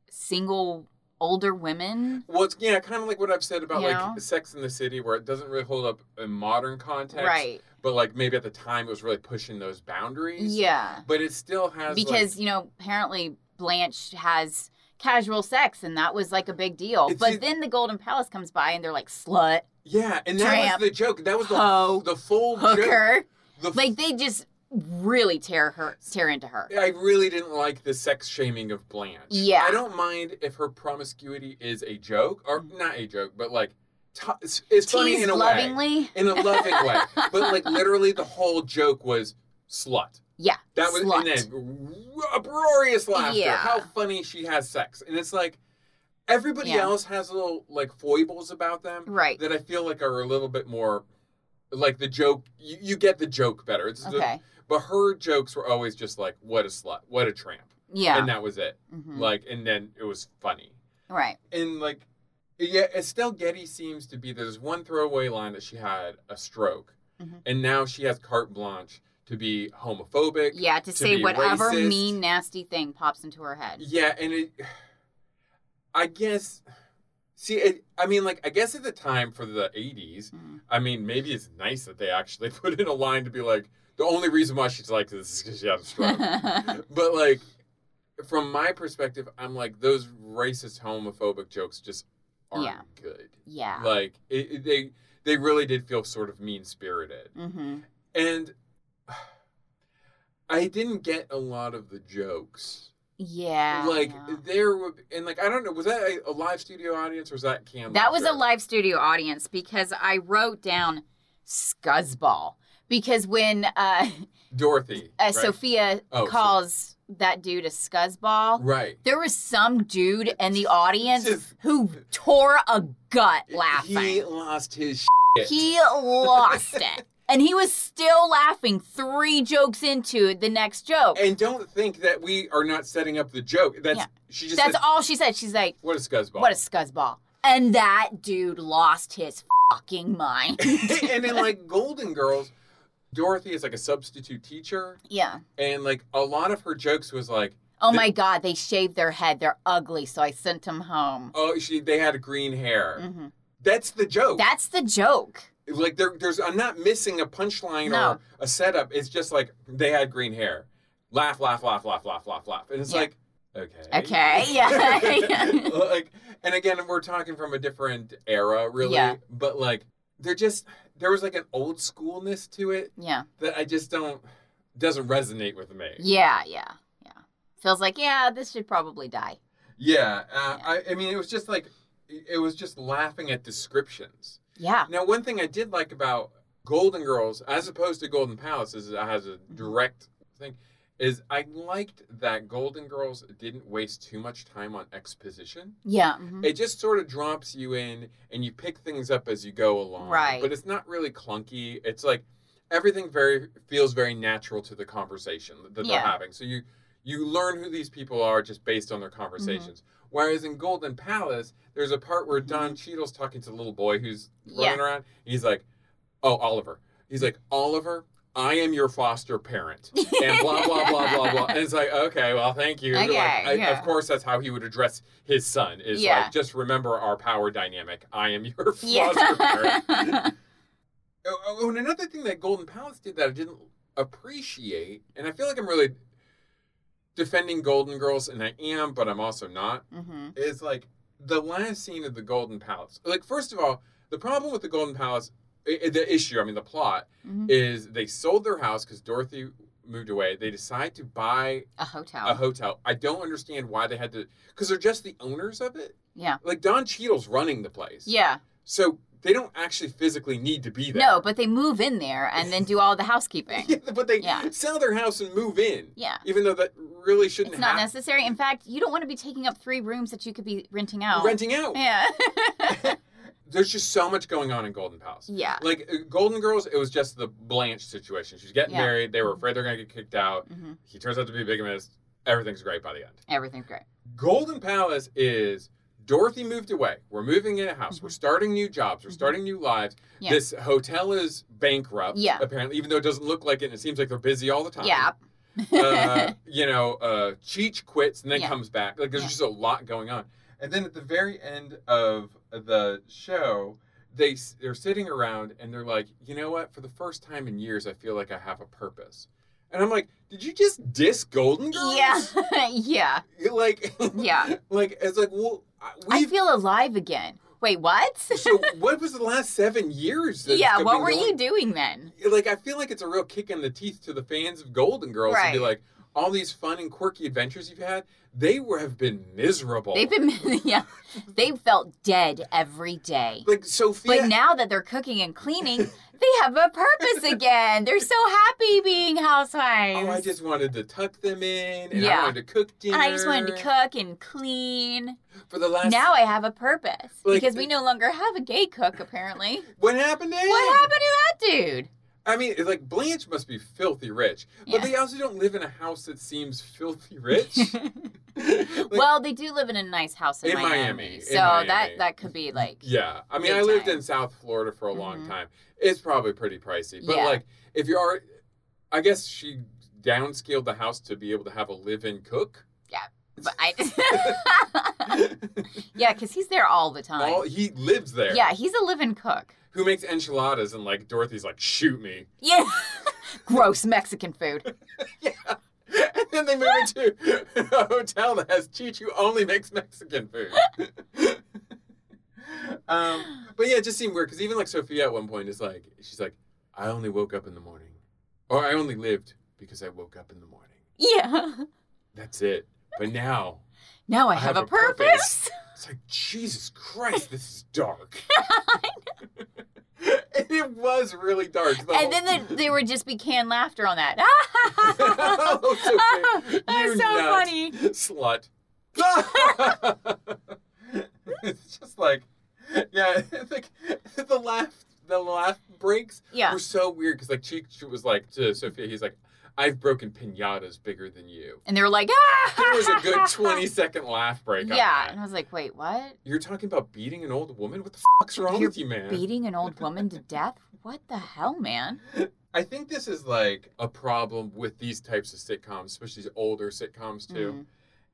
S2: single older women.
S3: Well, it's yeah, kind of like what I've said about
S2: You know?
S3: like Sex in the City, where it doesn't really hold up in modern context,
S2: Right.
S3: But like maybe at the time it was really pushing those boundaries.
S2: Yeah.
S3: But it still has like-
S2: Because, you know, apparently Blanche has casual sex and that was like a big deal.
S3: It's
S2: but
S3: just-
S2: then the Golden Palace comes by and they're like slut,
S3: yeah, and that
S2: Tramp,
S3: was the joke. That was the
S2: hoe,
S3: the full joke.
S2: hooker.
S3: The f-
S2: Like they just really tear her tear into her.
S3: I really didn't like the sex shaming of Blanche.
S2: Yeah.
S3: I don't mind if her promiscuity is a joke or not a joke, but like t- it's, it's funny
S2: Mm. Teased
S3: in a way,
S2: lovingly.
S3: in a loving way. But like literally, the whole joke was slut.
S2: Yeah.
S3: That was
S2: slut.
S3: and then uproarious laughter.
S2: Yeah.
S3: How funny she has sex, and it's like everybody
S2: Yeah.
S3: else has little like foibles about them
S2: right.
S3: that I feel like are a little bit more like the joke. You, you get the joke better. It's the-
S2: Okay.
S3: but her jokes were always just like, "What a slut! What a tramp!"
S2: Yeah.
S3: And that was it.
S2: Mhm.
S3: Like, and then it was funny.
S2: right.
S3: And like, yeah, Estelle Getty seems to be there's one throwaway line that she had a stroke,
S2: Mhm.
S3: and now she has carte blanche to be homophobic.
S2: Yeah, to,
S3: to
S2: say
S3: be
S2: whatever
S3: racist.
S2: mean, nasty thing pops into her head.
S3: Yeah, and it. I guess See, it, I mean, like, I guess at the time for the 80s,
S2: Mm.
S3: I mean, maybe it's nice that they actually put in a line to be like, the only reason why she's like this is because she had a stroke.
S2: Mm.
S3: but, like, from my perspective, I'm like, those racist, homophobic jokes just aren't
S2: Yeah.
S3: good.
S2: yeah.
S3: Like, it, it- they they really did feel sort of mean spirited.
S2: mm-hmm.
S3: And I didn't get a lot of the jokes.
S2: Yeah.
S3: like
S2: yeah.
S3: there would and like i don't know was that a, a live studio audience or was that cam
S2: That was a
S3: live
S2: live studio audience because I wrote down scuzzball because when uh,
S3: dorothy
S2: uh
S3: right?
S2: Sophia
S3: Oh, so-
S2: calls that dude a scuzzball,
S3: right
S2: there was some dude in the audience
S3: Just-
S2: who tore a gut laughing.
S3: he
S2: He,
S3: lost his shit.
S2: lost it. And he was still laughing three jokes into the next joke.
S3: and don't think that we are not setting up the joke that's she just
S2: That's
S3: said,
S2: all she said. She's like,
S3: what a scuzzball
S2: what a scuzzball. And that dude lost his fucking mind.
S3: and in like golden girls dorothy is like a substitute teacher
S2: yeah.
S3: and like a lot of her jokes was like
S2: Oh
S3: The-
S2: my God, they shaved their head. They're ugly, so I sent them home.
S3: oh she they had green hair
S2: Mhm.
S3: that's the joke
S2: That's the joke.
S3: like there, there's I'm not missing a punchline or
S2: No.
S3: a setup. It's just like they had green hair. Laugh, laugh, laugh, laugh, laugh, laugh, laugh. And it's
S2: Yeah.
S3: like, okay.
S2: Okay, yeah.
S3: like and again, we're talking from a different era, really.
S2: Yeah.
S3: But like they're just there was like an old schoolness to it
S2: Yeah.
S3: that I just don't doesn't resonate with me.
S2: Yeah, yeah, yeah. Feels like, yeah, this should probably die.
S3: Yeah, uh, I, I mean, it was just like it was just laughing at descriptions.
S2: Yeah.
S3: Now, one thing I did like about Golden Girls, as opposed to Golden Palace, is it has a direct thing. Is I liked that Golden Girls didn't waste too much time on exposition.
S2: Yeah. mhm.
S3: It just sort of drops you in, and you pick things up as you go along.
S2: Right.
S3: But it's not really clunky. It's like everything very feels very natural to the conversation that they're
S2: Yeah.
S3: having. So you you learn who these people are just based on their
S2: Mm-hmm.
S3: conversations. Whereas in Golden Palace, there's a part where
S2: Mm-hmm.
S3: Don Cheadle's talking to the little boy who's running around. He's like, "Oh, Oliver." He's like, "Oliver." I am your foster parent, and blah blah blah blah blah. And it's like, okay, well, thank you. Like,
S2: Okay,
S3: I-
S2: yeah.
S3: Of course, that's how he would address his son. Is
S2: Yeah.
S3: like, just remember our power dynamic. I am your foster parent.
S2: Yeah.
S3: Oh, oh, and another thing that Golden Palace did that I didn't appreciate, and I feel like I'm really defending Golden Girls, and I am, but I'm also not,
S2: hmm
S3: is like the last scene of the Golden Palace. Like, first of all, the problem with the Golden Palace, i- i- the issue, I mean, the plot,
S2: Mhm.
S3: is they sold their house because Dorothy moved away. They decide to buy
S2: A hotel.
S3: a hotel. I don't understand why they had to, because they're just the owners of it.
S2: Yeah.
S3: Like, Don Cheadle's running the place.
S2: yeah.
S3: So they don't actually physically need to be there.
S2: No, but they move in there and then do all the housekeeping.
S3: Yeah, but they
S2: Yeah.
S3: sell their house and move in.
S2: Yeah.
S3: Even though that really shouldn't
S2: It's not
S3: hap-
S2: necessary. In fact, you don't want to be taking up three rooms that you could be renting out.
S3: renting out.
S2: Yeah.
S3: There's just so much going on in Golden Palace.
S2: yeah.
S3: Like uh, Golden Girls, it was just the Blanche situation. She's getting
S2: Yeah. Mm-hmm.
S3: married. They were afraid they're gonna get kicked out.
S2: hmm
S3: He turns out to be a bigamist. Everything's great by the end.
S2: Everything's great.
S3: Golden Palace is Dorothy moved away. We're moving in a house. We're starting new jobs. We're
S2: Mhm.
S3: starting new lives.
S2: Mm-hmm. Yeah.
S3: This hotel is bankrupt.
S2: Yeah.
S3: Apparently, even though it doesn't look like it, and it seems like they're busy all the time.
S2: Yeah.
S3: uh, you know, uh, Cheech quits and then
S2: Yeah.
S3: comes back. Like, there's
S2: Yeah.
S3: just a lot going on. And then at the very end of the show, they s- they're sitting around and they're like, you know what? For the first time in years, I feel like I have a purpose. And I'm like, did you just diss Golden Girls?
S2: yeah. yeah.
S3: You're Like,
S2: Yeah.
S3: Like, it's like, well,
S2: I
S3: we.
S2: feel alive again. Wait, what?
S3: so, what was the last seven years? that's
S2: yeah,
S3: been
S2: what were
S3: going-
S2: you doing then?
S3: like I feel like it's a real kick in the teeth to the fans of Golden Girls to be
S2: Right.
S3: like, all these fun and quirky adventures you've had, they were have been miserable.
S2: They've been yeah. They felt dead every day.
S3: like Sophia. oh,
S2: But now that they're cooking and cleaning, they have a purpose again. They're so happy being housewives.
S3: oh, I just wanted to tuck them in, and I
S2: Yeah.
S3: wanted to cook dinner.
S2: and I just wanted to cook and clean.
S3: for the last.
S2: Now I have a purpose
S3: Like
S2: because
S3: the-
S2: we no longer have a gay cook apparently.
S3: what happened to him?
S2: What happened to that dude?
S3: I mean, it's like Blanche must be filthy rich, but
S2: Yeah.
S3: they also don't live in a house that seems filthy rich. Like,
S2: well, they do live in a nice house in,
S3: In
S2: Miami,
S3: Miami, in
S2: so that
S3: Miami.
S2: that could be like
S3: Yeah. I mean,
S2: Big
S3: I lived
S2: time.
S3: in South Florida for a long
S2: Mhm.
S3: time. It's probably pretty pricey. But,
S2: Yeah.
S3: like, if you are, I guess she downscaled the house to be able to have a live in cook.
S2: but I Yeah, because he's there all the time.
S3: All, he lives there.
S2: Yeah, he's a living cook.
S3: Who makes enchiladas and like Dorothy's like, shoot me.
S2: Yeah. Gross Mexican food.
S3: And then they move into a hotel that has Chichu only makes Mexican food. um, but yeah, it just seemed weird because even like Sophia at one point is like, she's like, I only woke up in the morning, or I only lived because I woke up in the morning.
S2: Yeah.
S3: That's it. But now
S2: Now I, have, a purpose.
S3: it's like, Jesus Christ, this is dark. and it was really dark. the
S2: And
S3: whole-
S2: then the, there would just be canned laughter on that.
S3: Oh, Sophia,
S2: That was
S3: you
S2: so
S3: nut.
S2: funny.
S3: slut. it's just like, yeah, like the laugh, the laugh breaks
S2: Yeah.
S3: were so weird because like Cheek Cheek was like to Sophia, he's like, "I've broken pinatas bigger than you."
S2: And they were like, ah!
S3: There was a good twenty second laugh break. on
S2: Yeah. And
S3: that.
S2: I was like, wait, what?
S3: you're talking about beating an old woman. What the fuck's wrong
S2: You're
S3: with you, man?
S2: Beating an old woman to death? What the hell, man?
S3: I think this is like a problem with these types of sitcoms, especially these older sitcoms too.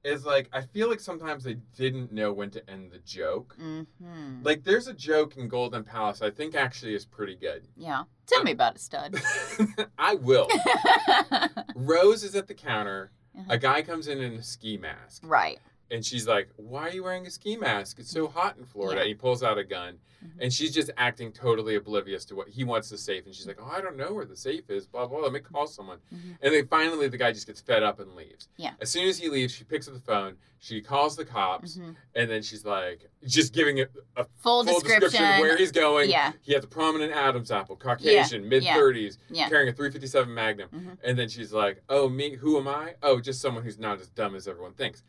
S3: Is like I feel like sometimes they didn't know when to end the joke.
S2: Mm-hmm.
S3: Like there's a joke in Golden Palace I think actually is pretty good.
S2: Yeah. Tell me about it, stud.
S3: I will.
S2: Uh-huh.
S3: Rose is at the counter. A guy comes in in a ski mask,
S2: right.
S3: and she's like, "Why are you wearing a ski mask? It's so hot in Florida."
S2: Mm. Yeah.
S3: And he pulls out a gun,
S2: Mhm.
S3: and she's just acting totally oblivious to what he wants the safe. And she's like, "Oh, I don't know where the safe is." Blah blah. Let me call someone.
S2: Mhm.
S3: And then finally, the guy just gets fed up and leaves.
S2: Yeah.
S3: As soon as he leaves, she picks up the phone. She calls the cops,
S2: Mhm.
S3: and then she's like, just giving it a
S2: Full,
S3: full
S2: description.
S3: description. of where he's going.
S2: Yeah.
S3: He has a prominent Adam's apple, Caucasian, mid thirties,
S2: Yeah.
S3: carrying a 357 Magnum.
S2: Mhm.
S3: And then she's like, "Oh, me? Who am I? Oh, just someone who's not as dumb as everyone thinks."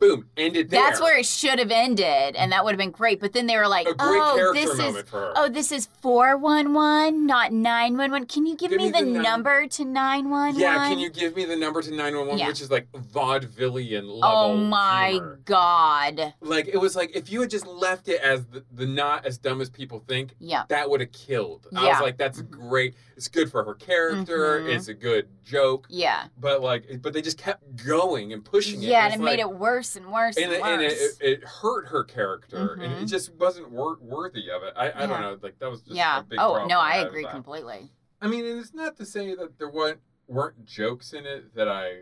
S3: Boom! Ended there.
S2: That's where it should have ended, and that would have been great. But then they were like,
S3: a great
S2: "Oh,
S3: character
S2: this
S3: moment
S2: is
S3: for her.
S2: oh, this is four one one, not nine one one. Can you give, me, the,
S3: num-
S2: number to nine one one?
S3: yeah, can you give me the number to 911,
S2: Yeah.
S3: which is like vaudevillian level
S2: Oh my
S3: humor.
S2: god!
S3: Like, it was like, if you had just left it as the, the not as dumb as people think,
S2: Yeah,
S3: that would have killed. I
S2: Yeah.
S3: was like, that's
S2: Mhm.
S3: great. It's good for her character.
S2: Mhm.
S3: It's a good joke.
S2: yeah,
S3: But like, but they just kept going and pushing it.
S2: yeah, and
S3: it's
S2: it
S3: like-
S2: made it worse and worse and,
S3: And, it, and
S2: worse.
S3: it, it hurt her character, and it
S2: Mhm.
S3: just wasn't wor- worthy of it. I, I
S2: Yeah.
S3: don't know. Like that was just
S2: yeah.
S3: A big
S2: Oh
S3: problem
S2: no,
S3: had
S2: I
S3: with
S2: agree
S3: that.
S2: completely.
S3: I mean, and it's not to say that there weren't weren't jokes in it that I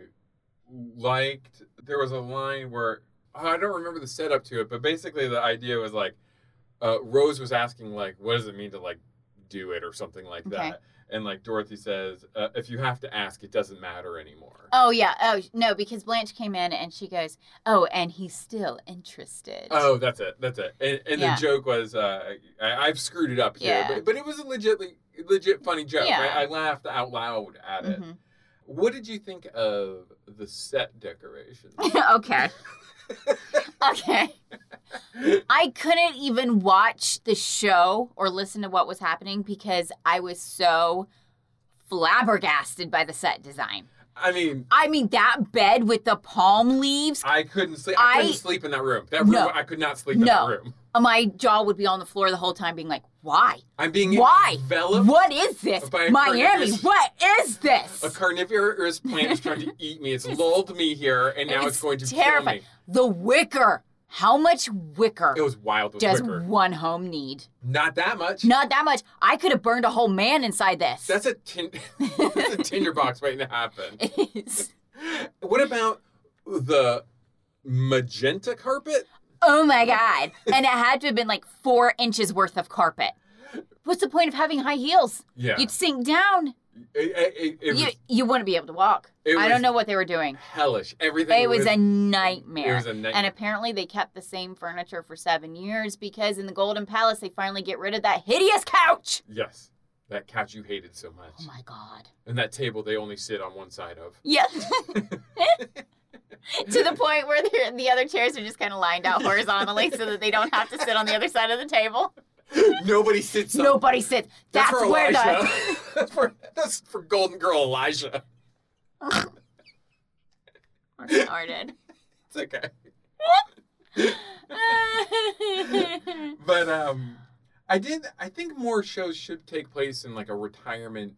S3: liked. There was a line where oh, I don't remember the setup to it, but basically the idea was like uh, Rose was asking like, "What does it mean to like do it?" or something like
S2: Okay.
S3: that, and like Dorothy says, uh, "If you have to ask, it doesn't matter anymore."
S2: Oh yeah. Oh no, because Blanche came in and she goes, "Oh, and he's still interested."
S3: Oh, that's it. That's it. And, and
S2: Yeah.
S3: the joke was, uh, I, I've screwed it up here,
S2: Yeah.
S3: but, but it was a legitly legit funny joke.
S2: Yeah.
S3: I, I laughed out loud at it.
S2: Mhm.
S3: What did you think of the set decorations?
S2: Mm-hmm. okay. okay. I couldn't even watch the show or listen to what was happening because I was so flabbergasted by the set design.
S3: I mean,
S2: I mean, that bed with the palm leaves,
S3: I couldn't sleep. I,
S2: I-
S3: couldn't sleep in that room. That room,
S2: No.
S3: I could not sleep in
S2: No.
S3: that room.
S2: my jaw would be on the floor the whole time being like, why?
S3: I'm being
S2: Why?
S3: enveloped.
S2: What is this?
S3: By a
S2: Miami,
S3: carnivorous-
S2: what is
S3: A
S2: this?
S3: carnivorous plant is trying to eat me. It's lulled me here, and now it's,
S2: It's
S3: going to
S2: terrifying.
S3: kill
S2: The wicker. How much wicker
S3: me. It was wild. It was
S2: does
S3: wicker.
S2: one home need?
S3: Not that much.
S2: Not that much. I could have burned a whole man inside this.
S3: That's a tin. that's a tinderbox waiting to happen.
S2: It is.
S3: What about the magenta carpet?
S2: Oh my god. And it had to have been like four inches worth of carpet. What's the point of having high heels?
S3: Yeah.
S2: You'd sink down.
S3: It, it- it
S2: you
S3: was
S2: you wouldn't be able to walk.
S3: It
S2: I
S3: was-
S2: don't know what they were doing.
S3: hellish. Everything.
S2: It was a nightmare.
S3: it was a nightmare.
S2: And apparently they kept the same furniture for seven years because in the Golden Palace they finally get rid of that hideous couch.
S3: Yes. That couch you hated so much.
S2: Oh my god.
S3: and that table they only sit on one side of.
S2: Yeah. to the point where they're- the other chairs are just kind of lined out horizontally so that they don't have to sit on the other side of the table.
S3: Nobody sits on
S2: Nobody sits. That's,
S3: for
S2: where the
S3: Elijah. that's, for, that's for Golden Girl Elijah.
S2: Retarded.
S3: It's okay. But um I did I think more shows should take place in like a retirement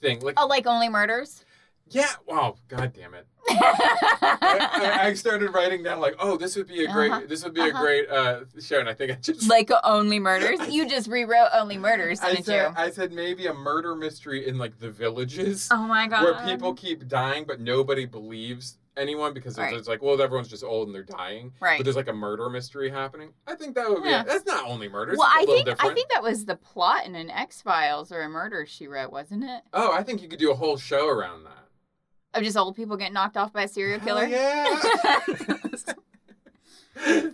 S3: thing. Like
S2: oh, like Oh, only murders?
S3: yeah, wow, god damn it. I, I- I started writing down like, oh, this would be a great,
S2: Uh-huh.
S3: this would be
S2: Uh-huh.
S3: a great uh, show, and I think I just
S2: like Only Murders? You just rewrote Only Murders,
S3: I
S2: didn't
S3: said,
S2: you?
S3: I said maybe a murder mystery in like the villages
S2: oh my god.
S3: where people keep dying, but nobody believes anyone because it's,
S2: Right.
S3: it's like, well, everyone's just old and they're dying.
S2: Right.
S3: But there's like a murder mystery happening. I think that would be
S2: Yeah.
S3: that's not only murders.
S2: Well,
S3: it's a
S2: I
S3: little
S2: think
S3: different.
S2: I think that was the plot in an X Files or a murder she wrote, wasn't it?
S3: Oh, I think you could do a whole show around that.
S2: Of just old people getting knocked off by a serial
S3: Hell
S2: killer.
S3: yeah.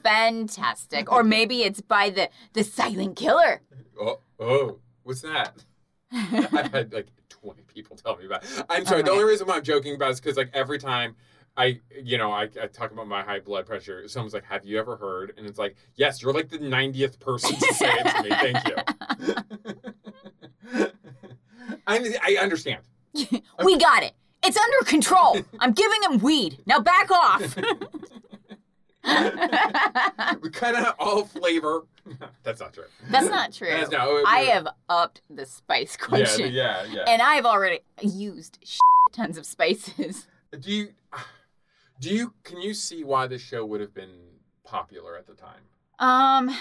S2: Fantastic. Or maybe it's by the the silent killer.
S3: oh, oh, what's that? I've had like 20 people tell me about. it. I'm sorry.
S2: Oh my
S3: the only reason why I'm joking about it is because like every time I, you know, I, I talk about my high blood pressure, someone's like, "Have you ever heard?" And it's like, "Yes, you're like the 90th person to say it to me. Thank you." I I understand.
S2: we got it. It's under control. I'm giving him weed. Now back off. That's
S3: we cut out all flavor. That's not true.
S2: not true.
S3: That's not- we-
S2: I have upped the spice
S3: Yeah,
S2: quotient.
S3: yeah, yeah.
S2: And I've already used shit tons of spices.
S3: do you do you can you see why this show would have been popular at the time?
S2: Um,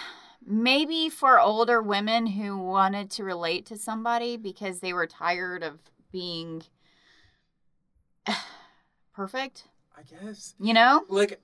S2: maybe for older women who wanted to relate to somebody because they were tired of being perfect,
S3: I guess.
S2: you know?
S3: Like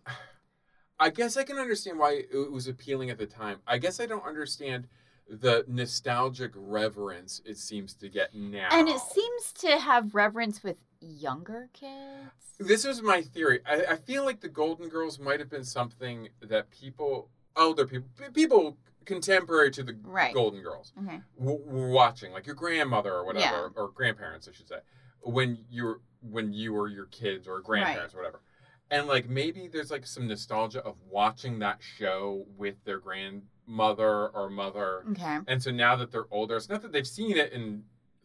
S3: I guess I can understand why it was appealing at the time. I guess I don't understand the nostalgic reverence it seems to get now.
S2: And it seems to have reverence with younger kids.
S3: This was my theory. I, I feel like the Golden Girls might have been something that people, older people, p- people contemporary to the
S2: Right.
S3: Golden Girls,
S2: Okay.
S3: w- were watching, like your grandmother or whatever,
S2: Yeah.
S3: or grandparents, I should say, when you were when you were your kids or grandparents or whatever. And like maybe there's like some nostalgia of watching that show with their grandmother or mother.
S2: Okay.
S3: And so now that they're older, it's not that they've seen it in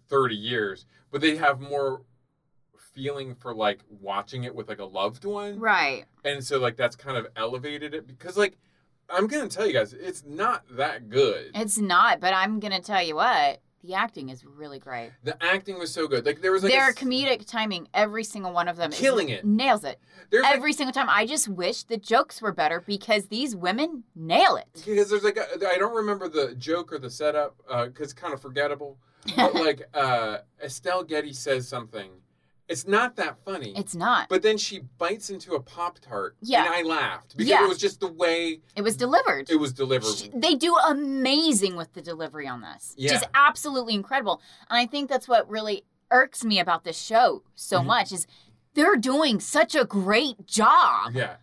S3: 30 years, but they have more feeling for like watching it with like a loved one.
S2: Right.
S3: And so like that's kind of elevated it because like I'm going to tell you guys, it's not that good.
S2: It's not, but I'm going to tell you what, the acting is really great.
S3: the acting was so good. Like there was like
S2: Their
S3: a,
S2: comedic timing, every single one of them, is-
S3: Killing it.
S2: nails it.
S3: there's like,
S2: every single time. I just wish the jokes were better because these women nail it.
S3: because there's like a, I don't remember the joke or the setup uh, because kind of forgettable. But like uh, Estelle Getty says something, it's not that funny.
S2: It's not.
S3: But then she bites into a Pop Tart.
S2: Yeah.
S3: And I laughed because
S2: Yeah.
S3: it was just the way
S2: It was delivered.
S3: it was delivered.
S2: Sh- They do amazing with the delivery on this.
S3: Yeah.
S2: Just absolutely incredible. And I think that's what really irks me about this show so
S3: Mhm.
S2: much is they're doing such a great job.
S3: yeah.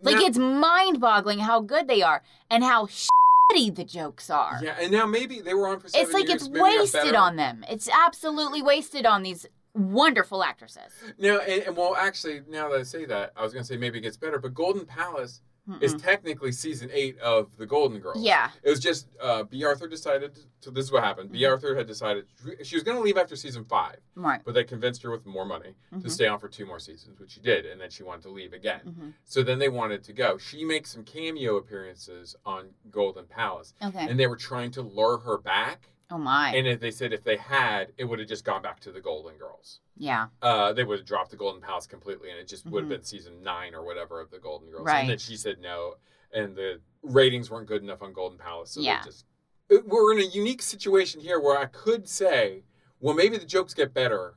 S2: Like
S3: Now-
S2: it's mind-boggling how good they are and how shitty the jokes are.
S3: Yeah, and now maybe they were on for seven
S2: It's like
S3: years,
S2: it's
S3: maybe it got
S2: wasted
S3: better.
S2: on them. It's absolutely wasted on these wonderful actresses.
S3: No, and, and well, actually, now that I say that, I was gonna say maybe it gets better, but Golden Palace is
S2: Mm-mm.
S3: technically season eight of The Golden Girls.
S2: Hmm. Mm-hmm. Yeah.
S3: It was just uh, B. Arthur decided. So this is what happened. B.
S2: Mhm.
S3: Arthur had decided she was going to leave after season five,
S2: Right.
S3: but they convinced her with more money
S2: Mhm.
S3: to stay on for two more seasons, which she did, and then she wanted to leave again.
S2: Mhm.
S3: So then they wanted to go. She makes some cameo appearances on Golden Palace,
S2: Okay.
S3: and they were trying to lure her back.
S2: oh my.
S3: And if they said if they had, it would have just gone back to the Golden Girls.
S2: yeah.
S3: Uh, they would have dropped the Golden Palace completely, and it just would
S2: Mhm.
S3: have been season nine or whatever of the Golden Girls.
S2: Right.
S3: And then she said no, and the ratings weren't good enough on Golden Palace, so
S2: Yeah.
S3: they just. It- We're in a unique situation here where I could say, well, maybe the jokes get better.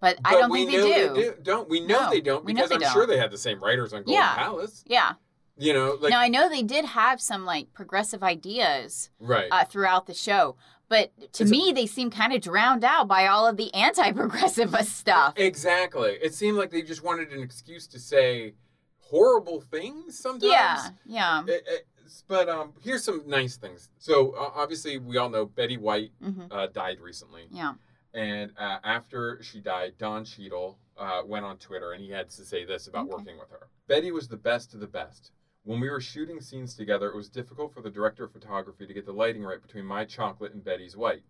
S2: But, I
S3: but
S2: don't
S3: we
S2: think they
S3: know
S2: do.
S3: Don't we know
S2: No,
S3: they don't
S2: we know
S3: because
S2: they
S3: I'm
S2: don't.
S3: sure they had the same writers on Golden
S2: Yeah.
S3: Palace.
S2: Yeah.
S3: You know, like
S2: now I know they did have some like progressive ideas
S3: right.
S2: uh, throughout the show, but to
S3: It's a-
S2: me they seem kind of drowned out by all of the anti-progressive stuff.
S3: Exactly. It seemed like they just wanted an excuse to say horrible things sometimes.
S2: Yeah. Yeah.
S3: It- it's- Uh, but um, here's some nice things. So uh, obviously, we all know Betty White
S2: hmm
S3: uh, died recently,
S2: Yeah.
S3: and uh, after she died, Don Cheadle uh, went on Twitter and he had to say this about
S2: Okay.
S3: working with her. Betty was the best of the best. When we were shooting scenes together, it was difficult for the director of photography to get the lighting right between my chocolate and Betty's white.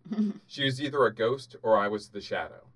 S3: She was either a ghost or I was the shadow.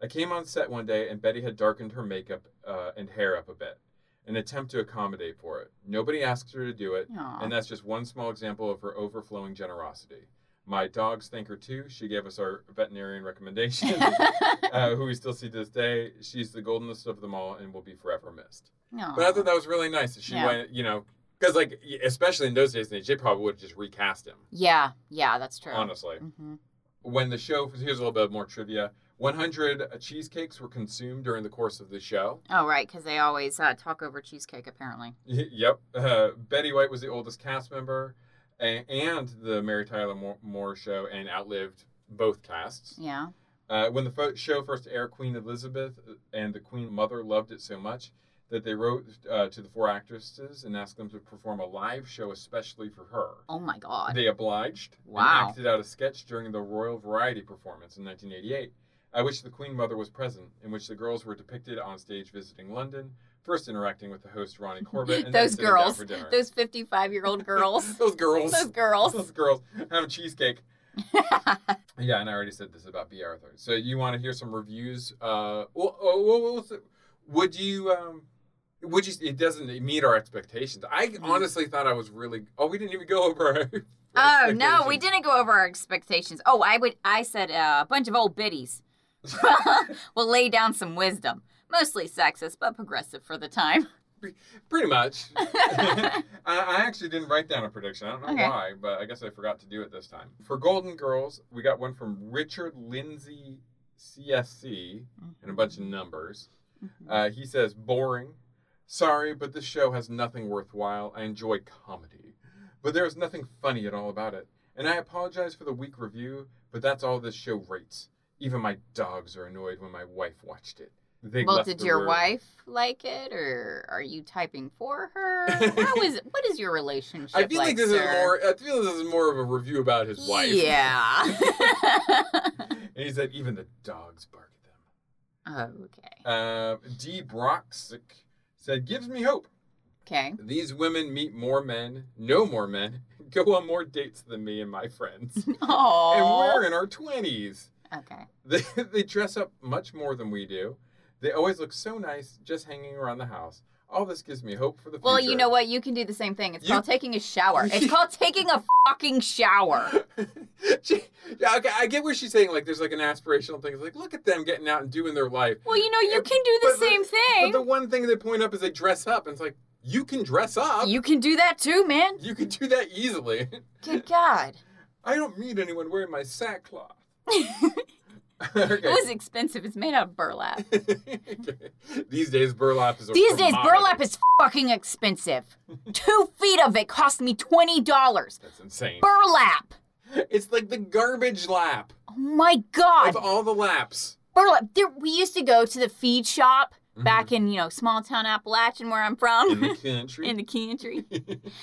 S3: I came on set one day and Betty had darkened her makeup uh, and hair up a bit, an attempt to accommodate for it. Nobody asked her to do it,
S2: Aw.
S3: and that's just one small example of her overflowing generosity. My dog's thinker too. She gave us our veterinarian recommendation, uh, who we still see to this day. She's the goldenest of them all and will be forever missed.
S2: no.
S3: But I thought that was really nice. that She
S2: Uh-huh. Yeah.
S3: went, you know, because like y- especially in those days, they they probably would have just recast him.
S2: yeah, yeah, that's true.
S3: Honestly,
S2: hmm
S3: when the show here's a little bit more trivia. 100 cheesecakes were consumed during the course of the show.
S2: Oh, right, because they always uh, talk over cheesecake, apparently.
S3: Yep. Uh, Betty White was the oldest cast member and, and the Mary Tyler Moore, Moore show and outlived both casts.
S2: Yeah.
S3: Uh, when the fo- show first aired, Queen Elizabeth uh, and the Queen Mother loved it so much that they wrote uh, to the four actresses and asked them to perform a live show especially for her.
S2: Oh my God.
S3: They obliged
S2: Wow.
S3: and acted out a sketch during the Royal Variety performance in 1988, at which the Queen Mother was present, in which the girls were depicted on stage visiting London, first interacting with the host Ronnie Corbett, and
S2: Those
S3: then sitting down
S2: girls.
S3: for dinner.
S2: Those 55 year old girls.
S3: those girls,
S2: Those girls.
S3: those girls, having cheesecake. Yeah, and I already said this about B. Arthur. So you want to hear some reviews? Uh, well, oh, well, well, so would you? Um, would you? It doesn't meet our expectations. I
S2: Mm.
S3: honestly thought I was really. Oh, we didn't even go over. Our
S2: oh, no, we
S3: expectations.
S2: didn't go over our expectations. Oh, I would. I said uh, a bunch of old biddies. will lay down some wisdom. Mostly sexist, but progressive for the time.
S3: Pretty much. I, I actually didn't write down a prediction. I don't know
S2: Okay.
S3: why, but I guess I forgot to do it this time. For Golden Girls, we got one from Richard Lindsay CSC and a bunch of numbers. Uh, he says, boring. Sorry, but this show has nothing worthwhile. I enjoy comedy, but there is nothing funny at all about it. And I apologize for the weak review, but that's all this show rates. Even my dogs are annoyed when my wife watched it. They
S2: well,
S3: left
S2: did
S3: the
S2: your
S3: room.
S2: wife like it, or are you typing for her? How is what is your relationship?
S3: I feel like, this
S2: sir?
S3: is more. I feel this is more of a review about his wife.
S2: Yeah.
S3: and he said even the dogs bark at them.
S2: okay.
S3: Uh, D. Broxick said, "Gives me hope.
S2: Okay.
S3: These women meet more men, know more men, go on more dates than me and my friends, and
S2: Oh.
S3: we're in our twenties.
S2: Okay.
S3: They, they dress up much more than we do. They always look so nice, just hanging around the house. All this gives me hope for the
S2: Well,
S3: future."
S2: you know what? You can do the same thing. It's
S3: You-
S2: called taking a shower. It's called taking a fucking shower.
S3: she, yeah, okay, I get what she's saying. Like, there's like an aspirational thing. It's like, look at them getting out and doing their life.
S2: Well, you know, you
S3: Yeah,
S2: can do the
S3: but the-
S2: same thing.
S3: But the one thing they point up is they dress up, and it's like you can dress up. You,
S2: you can do that too, man.
S3: can do that easily.
S2: Good God.
S3: I don't meet anyone wearing my sackcloth. okay.
S2: It was expensive. It's made out of burlap.
S3: These days, burlap is a
S2: These days,
S3: commodity.
S2: burlap is fucking expensive. Two feet of it cost me $20.
S3: That's insane.
S2: Burlap.
S3: It's like the garbage lap
S2: Oh my
S3: of
S2: God.
S3: all the laps.
S2: Burlap. There, we used to go to the feed shop back in, you know, small town Appalachian where I'm
S3: Mm-hmm. in the
S2: from.
S3: country.
S2: In the country.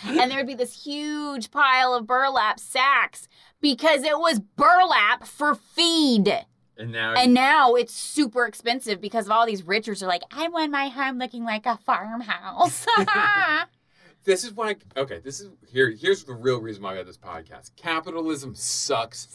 S2: and there would be this huge pile of burlap sacks because it was burlap for feed.
S3: and now,
S2: And now it's super expensive because of all these richers are like, I want my home looking like a farmhouse.
S3: this is why. Okay, this is here. Here's the real reason why I got this podcast. Capitalism sucks.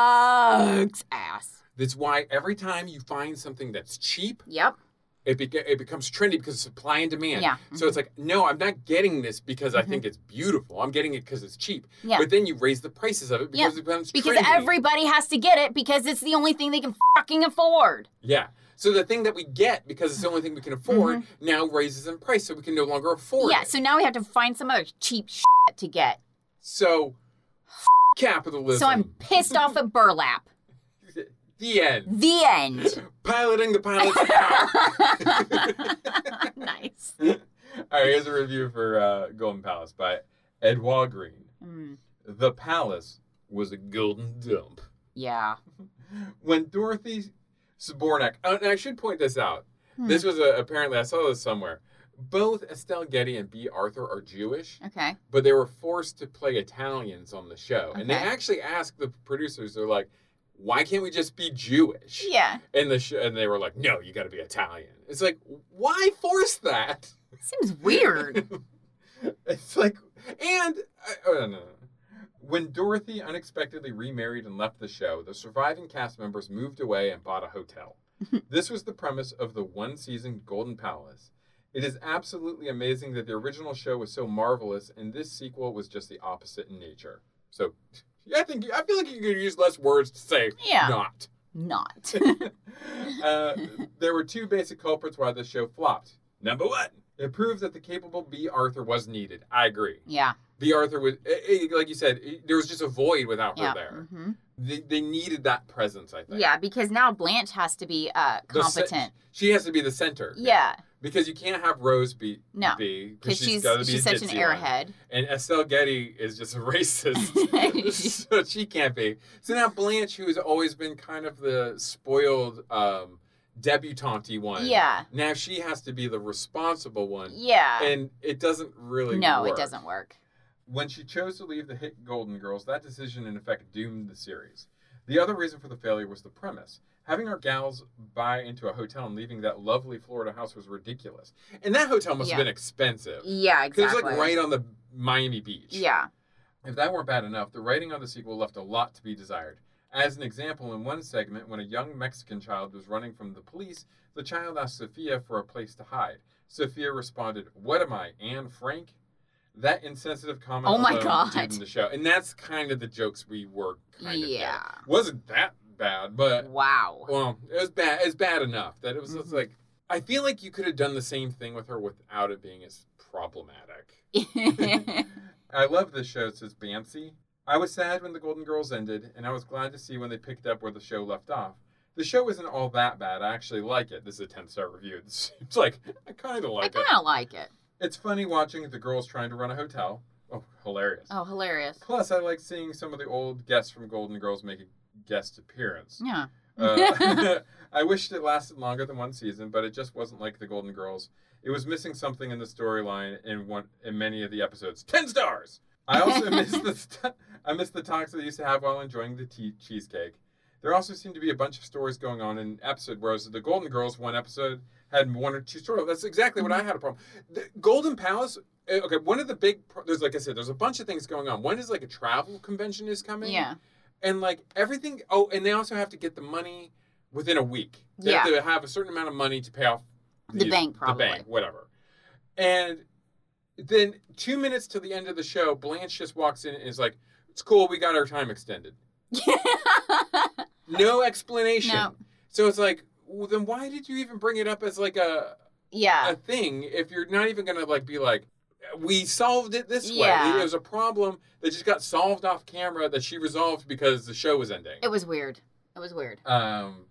S2: Sucks ass.
S3: That's why every time you find something that's cheap,
S2: Yep.
S3: it, beca- it becomes trendy because of supply and demand.
S2: Yeah. mm-hmm.
S3: So it's like, no, I'm not getting this because I think it's beautiful. I'm getting it because it's cheap.
S2: Yeah.
S3: But then you raise the prices of it because it becomes
S2: Because
S3: trendy.
S2: everybody has to get it because it's the only thing they can fucking afford.
S3: yeah. So the thing that we get because it's the only thing we can afford now raises in price, so we can no longer afford
S2: Mm-hmm. yeah,
S3: it.
S2: so now we have to find some other cheap shit to get.
S3: So f- capitalism.
S2: So I'm pissed off at burlap.
S3: the end.
S2: The end.
S3: Piloting the pilot's power.
S2: nice.
S3: All right, here's a review for uh, Golden Palace by Ed Walgreen.
S2: Mm,
S3: The palace was a golden dump.
S2: yeah.
S3: when Dorothy Subornak, uh, and I should point this out.
S2: Hmm.
S3: This was a, apparently I saw this somewhere. Both Estelle Getty and B. Arthur are Jewish,
S2: Okay.
S3: but they were forced to play Italians on the show. And they
S2: Okay.
S3: actually asked the producers, they're like, "Why can't we just be Jewish?"
S2: Yeah.
S3: And the sh- and they were like, "No, you got to be Italian." It's like, why force that?
S2: Seems weird.
S3: It's like, and I, oh, no, no, no. when Dorothy unexpectedly remarried and left the show, the surviving cast members moved away and bought a hotel. this was the premise of the one season Golden Palace. It is absolutely amazing that the original show was so marvelous, and this sequel was just the opposite in nature. So I think I feel like you could use less words to say
S2: Yeah.
S3: not.
S2: Not.
S3: uh, there were two basic culprits why this show flopped. Number one, it proved that the capable B. Arthur was needed. I agree.
S2: yeah.
S3: B. Arthur was, eh, eh, like you said, eh, there was just a void without her
S2: Yeah.
S3: there.
S2: mhm.
S3: They, they needed that presence, I think.
S2: Yeah, because now Blanche has to be uh,
S3: The ce-
S2: competent.
S3: she has to be the center.
S2: yeah.
S3: Because you can't have Rose be
S2: No.
S3: B
S2: Because she's
S3: gotta be
S2: she's
S3: a
S2: such an
S3: ditzy one.
S2: airhead.
S3: And Estelle Getty is just a racist. so she can't be. So now Blanche, who has always been kind of the spoiled um, debutante one,
S2: Yeah.
S3: now she has to be the responsible one.
S2: Yeah.
S3: And it doesn't really
S2: no,
S3: work.
S2: it doesn't work.
S3: When she chose to leave the hit Golden Girls, that decision in effect doomed the series. The other reason for the failure was the premise. Having our gals buy into a hotel and leaving that lovely Florida house was ridiculous. And that hotel must have
S2: Yeah.
S3: been expensive.
S2: Yeah,
S3: Because
S2: exactly.
S3: it's like right on the Miami beach.
S2: yeah.
S3: If that weren't bad enough, the writing on the sequel left a lot to be desired. As an example, in one segment, when a young Mexican child was running from the police, the child asked Sophia for a place to hide. Sophia responded, What am I, Anne Frank? That insensitive comment
S2: Oh my
S3: alone
S2: God.
S3: doomed the show. And that's kind of the jokes we were kind of
S2: Yeah.
S3: getting. Wasn't that bad, but
S2: Wow.
S3: well, it was bad it was bad enough that it was
S2: Mm-hmm.
S3: just like I feel like you could have done the same thing with her without it being as problematic. I love this show, says Bancy. I was sad when the Golden Girls ended, and I was glad to see when they picked up where the show left off. The show isn't all that bad. I actually like it. This is a 10 star review. It's, it's like, I kind of
S2: I
S3: like it.
S2: kind of like it.
S3: It's funny watching the girls trying to run a hotel. Oh, hilarious.
S2: Oh, hilarious.
S3: Plus, I like seeing some of the old guests from Golden Girls make a guest appearance.
S2: Yeah.
S3: Uh, I wished it lasted longer than one season, but it just wasn't like the Golden Girls. It was missing something in the storyline in one in many of the episodes. Ten stars. I also missed the st- I missed the talks that I used to have while enjoying the tea- cheesecake. There also seemed to be a bunch of stories going on in an episode, whereas the Golden Girls one episode had one or two stories. That's exactly what I had a problem. The Golden Palace. eh, Okay, one of the big pro- there's like I said, there's a bunch of things going on. One is like a travel convention is coming
S2: Yeah.
S3: and like everything oh and they also have to get the money within a week they have to have a certain amount of money to pay off
S2: The bank, probably.
S3: the bank whatever and then two minutes to the end of the show blanche just walks in and is like it's cool we got our time extended no explanation
S2: No.
S3: so it's like well, then why did you even bring it up as like a,
S2: yeah.
S3: a thing if you're not even gonna like be like we solved it this
S2: Yeah.
S3: way it was a problem that just got solved off camera that she resolved because the show was ending
S2: It was weird. It was weird.
S3: um,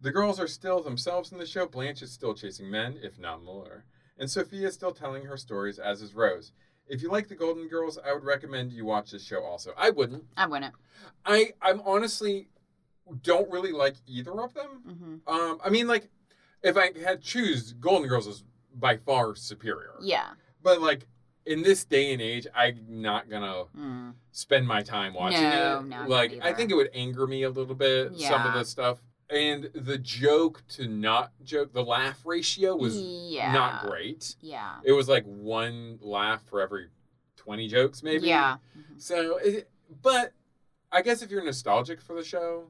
S3: the girls are still themselves in the show. Blanche is still chasing men, if not more. And Sophia is still telling her stories, as is Rose. If you like the Golden Girls, I would recommend you watch this show also. I wouldn't.
S2: I wouldn't.
S3: I, I'm honestly don't really like either of them.
S2: hmm
S3: Um, I mean, like, if I had choose, Golden Girls is by far superior.
S2: Yeah.
S3: But, like, in this day and age, I'm not gonna
S2: Mm.
S3: spend my time watching
S2: No, no,
S3: it.
S2: not
S3: like I
S2: either.
S3: think it would anger me a little bit. Some of
S2: Yeah.
S3: the stuff and the joke to not joke, the laugh ratio was
S2: yeah.
S3: not great.
S2: Yeah.
S3: It was like one laugh for every twenty jokes, maybe.
S2: Yeah.
S3: So, it, but I guess if you're nostalgic for the show,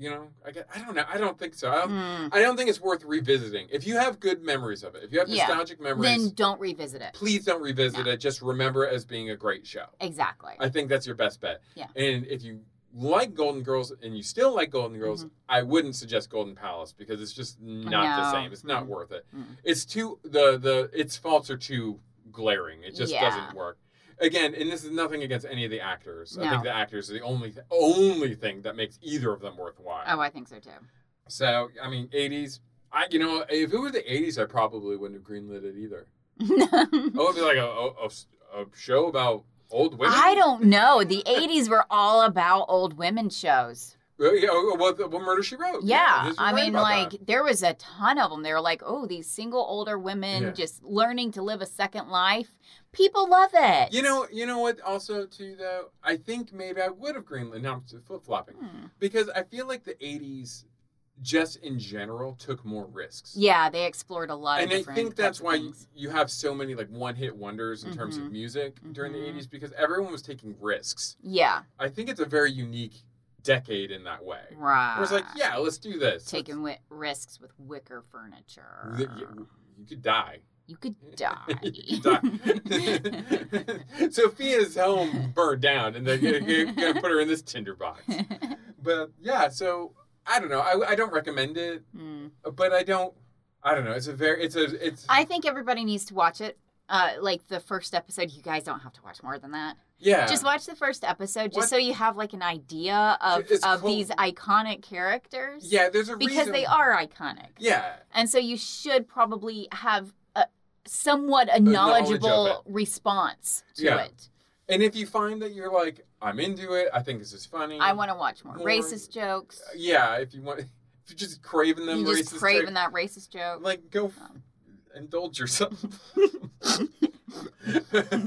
S3: you know, I guess, I don't know. I don't think so. I don't,
S2: Mm.
S3: I don't think it's worth revisiting. If you have good memories of it, if you have
S2: Yeah.
S3: nostalgic memories,
S2: Then don't revisit it.
S3: please don't revisit it. Just remember it as being a great show.
S2: Exactly.
S3: I think that's your best bet.
S2: Yeah.
S3: And if you like Golden Girls and you still like
S2: Mm-hmm.
S3: Golden Girls, I wouldn't suggest Golden Palace because it's just not the
S2: No.
S3: same. It's not
S2: Mm.
S3: worth it.
S2: Mm.
S3: It's too the the its faults are too glaring. It just
S2: Yeah.
S3: doesn't work. Again, and this is nothing against any of the actors. I think
S2: No.
S3: the actors are the only only thing that makes either of them worthwhile.
S2: oh, I think so too.
S3: So I mean, eighties. I you know if it were the eighties, I probably wouldn't have greenlit it either. Oh, it'd be like a, a, a, a show about old women.
S2: I don't know. The 80s were all about old women shows.
S3: Well, yeah, oh, well, the- well, Murder She Wrote.
S2: Yeah.
S3: Oh, this is
S2: I
S3: right
S2: mean,
S3: about
S2: like,
S3: that.
S2: there was a ton of them. They were like, oh, these single older women
S3: Yeah.
S2: just learning to live a second life. People love it.
S3: You know, you know what? Also, too, though, I think maybe I would have greenlit. Now I'm flip flopping
S2: Hmm.
S3: because I feel like the '80s, just in general, took more risks.
S2: Yeah, they explored a lot
S3: and
S2: of
S3: I
S2: different
S3: think
S2: types
S3: that's
S2: of
S3: why you,
S2: things.
S3: you have so many like one-hit wonders in terms of
S2: Mhm.
S3: music during the
S2: Mhm.
S3: '80s because everyone was taking risks.
S2: Yeah.
S3: I think it's a very unique decade in that way.
S2: Right.
S3: Where it's like, yeah, let's do this.
S2: Taking wi- risks with wicker furniture.
S3: Let's- you could die.
S2: You could die.
S3: You could die. Sophia's home burned down, and they're gonna, gonna- gonna put her in this tinderbox. But yeah, so I don't know. I, I don't recommend it,
S2: Hmm.
S3: but I don't. I don't know. It's a very. It's a. It's.
S2: I think everybody needs to watch it. Uh, like the first episode, you guys don't have to watch more than that.
S3: yeah.
S2: Just watch the first episode, just
S3: What-
S2: so you have like an idea of
S3: It's
S2: of
S3: called-
S2: these iconic characters.
S3: yeah. There's a
S2: because
S3: reason.
S2: they are iconic,
S3: Yeah.
S2: and so you should probably have a somewhat a
S3: knowledge of
S2: knowledgeable response to
S3: Yeah.
S2: it.
S3: And if you find that you're like, I'm into it. I think this is funny.
S2: I want to watch more,
S3: More-
S2: racist jokes.
S3: Yeah. If you want, if you're just craving them,
S2: you just
S3: racist
S2: craving that
S3: type-
S2: racist joke.
S3: Like go f-
S2: Um.
S3: indulge yourself.
S2: and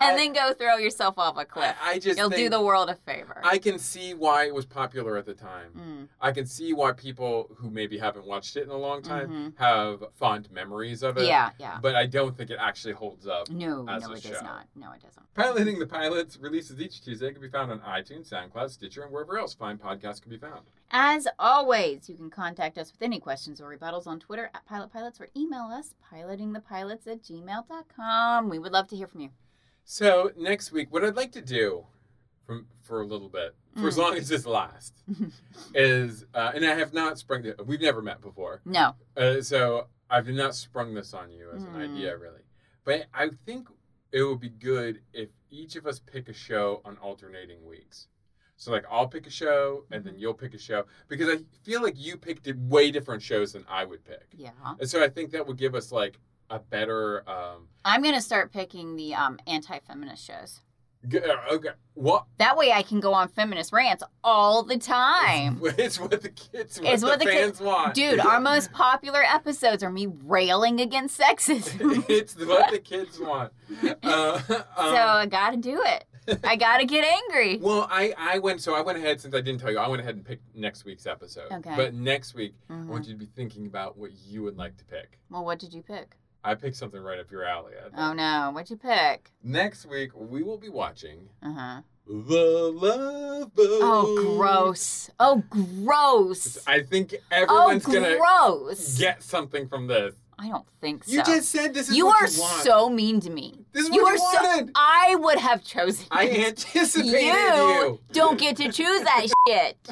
S2: then go throw yourself off a cliff.
S3: I, I just
S2: You'll do
S3: think-
S2: the world a favor.
S3: I can see why it was popular at the time.
S2: Mm,
S3: I can see why people who maybe haven't watched it in a long time
S2: mhm.
S3: have fond memories of it.
S2: Yeah, yeah.
S3: But I don't think it actually holds up.
S2: No,
S3: as
S2: no,
S3: a
S2: it
S3: show.
S2: does not. No, it doesn't.
S3: Piloting the Pilots releases each Tuesday. It can be found on iTunes, SoundCloud, Stitcher, and wherever else fine podcasts can be found.
S2: As always, you can contact us with any questions or rebuttals on Twitter at Pilot Pilots or email us pilotingthepilots at gmail.com. We would love to hear from you.
S3: So next week, what I'd like to do from for a little bit, for as
S2: Mm.
S3: long as this lasts, is uh, and I have not sprung it. We've never met before,
S2: No.
S3: uh, so I've not sprung this on you as an
S2: Mm.
S3: idea really. But I think it would be good if each of us pick a show on alternating weeks. So like I'll pick a show and
S2: Mm-hmm.
S3: then you'll pick a show because I feel like you picked way different shows than I would pick,
S2: Yeah.
S3: and so I think that would give us like a better um,
S2: I'm going to start picking the um, anti feminist shows.
S3: g- uh, okay what
S2: That way I can go on feminist rants all the time.
S3: It's, it's what the kids want.
S2: It's
S3: the
S2: what the
S3: fans
S2: kids-
S3: want.
S2: Dude, our most popular episodes are me railing against sexism.
S3: it's what the kids want. Uh,
S2: so
S3: um,
S2: I got to do it. I got to get angry.
S3: well, I, I went so I went ahead since I didn't tell you I went ahead and picked next week's episode.
S2: Okay.
S3: But next week
S2: Mhm.
S3: I want you to be thinking about what you would like to pick.
S2: Well, what did you pick?
S3: I picked something right up your alley. I think.
S2: Oh, no. What'd you pick?
S3: Next week we will be watching
S2: Uh huh.
S3: The Love Boat.
S2: Oh, gross. Oh, gross.
S3: I think
S2: Oh,
S3: everyone's gonna
S2: gross.
S3: get something from this.
S2: I don't think so.
S3: You just said this is
S2: You
S3: what
S2: are
S3: you want.
S2: so mean to me.
S3: This is
S2: you
S3: what
S2: are
S3: you
S2: so.
S3: wanted.
S2: I would have chosen.
S3: I
S2: it.
S3: anticipated
S2: you
S3: you.
S2: don't get to choose that shit.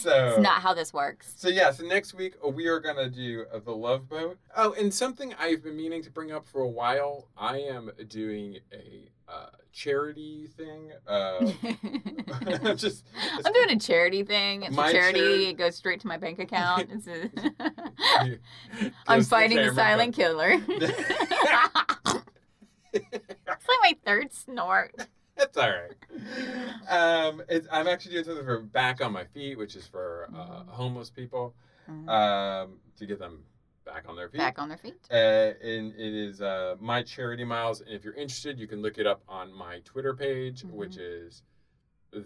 S3: So
S2: It's not how this works.
S3: So yeah, so next week uh, we are gonna do uh, the Love Boat. Oh, and something I've been meaning to bring up for a while. I am doing a uh, charity thing. Uh, I'm just.
S2: I'm doing a charity thing. It's
S3: My
S2: a charity.
S3: charity-
S2: It goes straight to my bank account. It's a-
S3: Close
S2: I'm
S3: to
S2: fighting the
S3: camera,
S2: silent killer.
S3: but-
S2: it's like my third snort.
S3: That's all right. Um, it's, I'm actually doing something for back on my feet, which is for uh,
S2: Mhm.
S3: homeless people um, to get them back on their feet.
S2: Mm. Back on their feet.
S3: Uh, and it is uh, my charity miles. And if you're interested, you can look it up on my Twitter page,
S2: Mhm.
S3: which is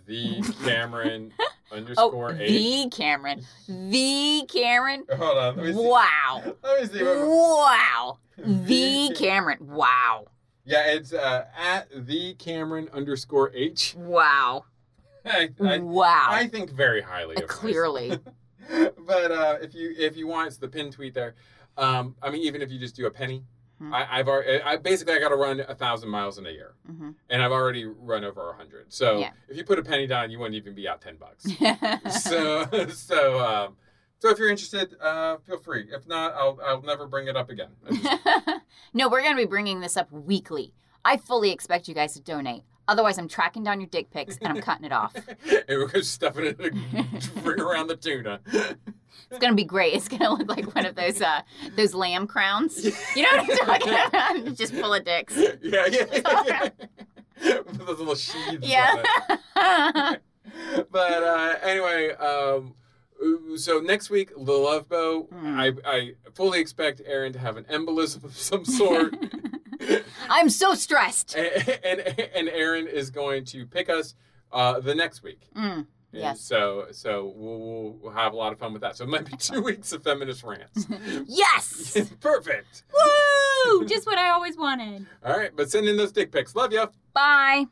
S3: the Cameron
S2: Oh,
S3: underscore eight.
S2: the Cameron. The Cameron.
S3: Hold on, let me see.
S2: Wow.
S3: Let me see. What...
S2: Wow.
S3: The
S2: The Cameron. Wow.
S3: Yeah, it's uh, at the Cameron underscore H.
S2: Wow.
S3: I, I, I
S2: Wow. Uh,
S3: think very highly. of myself.
S2: Clearly.
S3: but uh, if you if you want, it's the pin tweet there. Um, I mean, even if you just do a penny,
S2: Mhm.
S3: I, I've already, I basically I got to run a thousand miles in a year.
S2: Mhm.
S3: and I've already run over a hundred. So
S2: Yeah.
S3: if you put a penny down, you wouldn't even be out ten bucks. so so um, so if you're interested, uh, feel free. If not, I'll I'll never bring it up again. I just-
S2: no, we're going to be bringing this up weekly. I fully expect you guys to donate. Otherwise, I'm tracking down your dick pics and I'm cutting it off.
S3: and we're just stuffing it in- ring around the tuna.
S2: It's going to be great. It's going to look like one of those uh, those lamb crowns. You know what I'm talking about? It's Just full of dicks.
S3: yeah, yeah, yeah. With those little sheaths. on
S2: Yeah.
S3: it. but uh, anyway, um, ooh, so next week, the Love Boat.
S2: Mm.
S3: I, I fully expect Aaron to have an embolism of some sort.
S2: I'm so stressed.
S3: and, and and Aaron is going to pick us uh, the next week.
S2: Mm.
S3: And
S2: Yes.
S3: So so we'll, we'll have a lot of fun with that. So it might be two weeks of feminist rants.
S2: Yes!
S3: Perfect.
S2: Woo! Just what I always wanted.
S3: All right, but send in those dick pics. Love ya.
S2: Bye.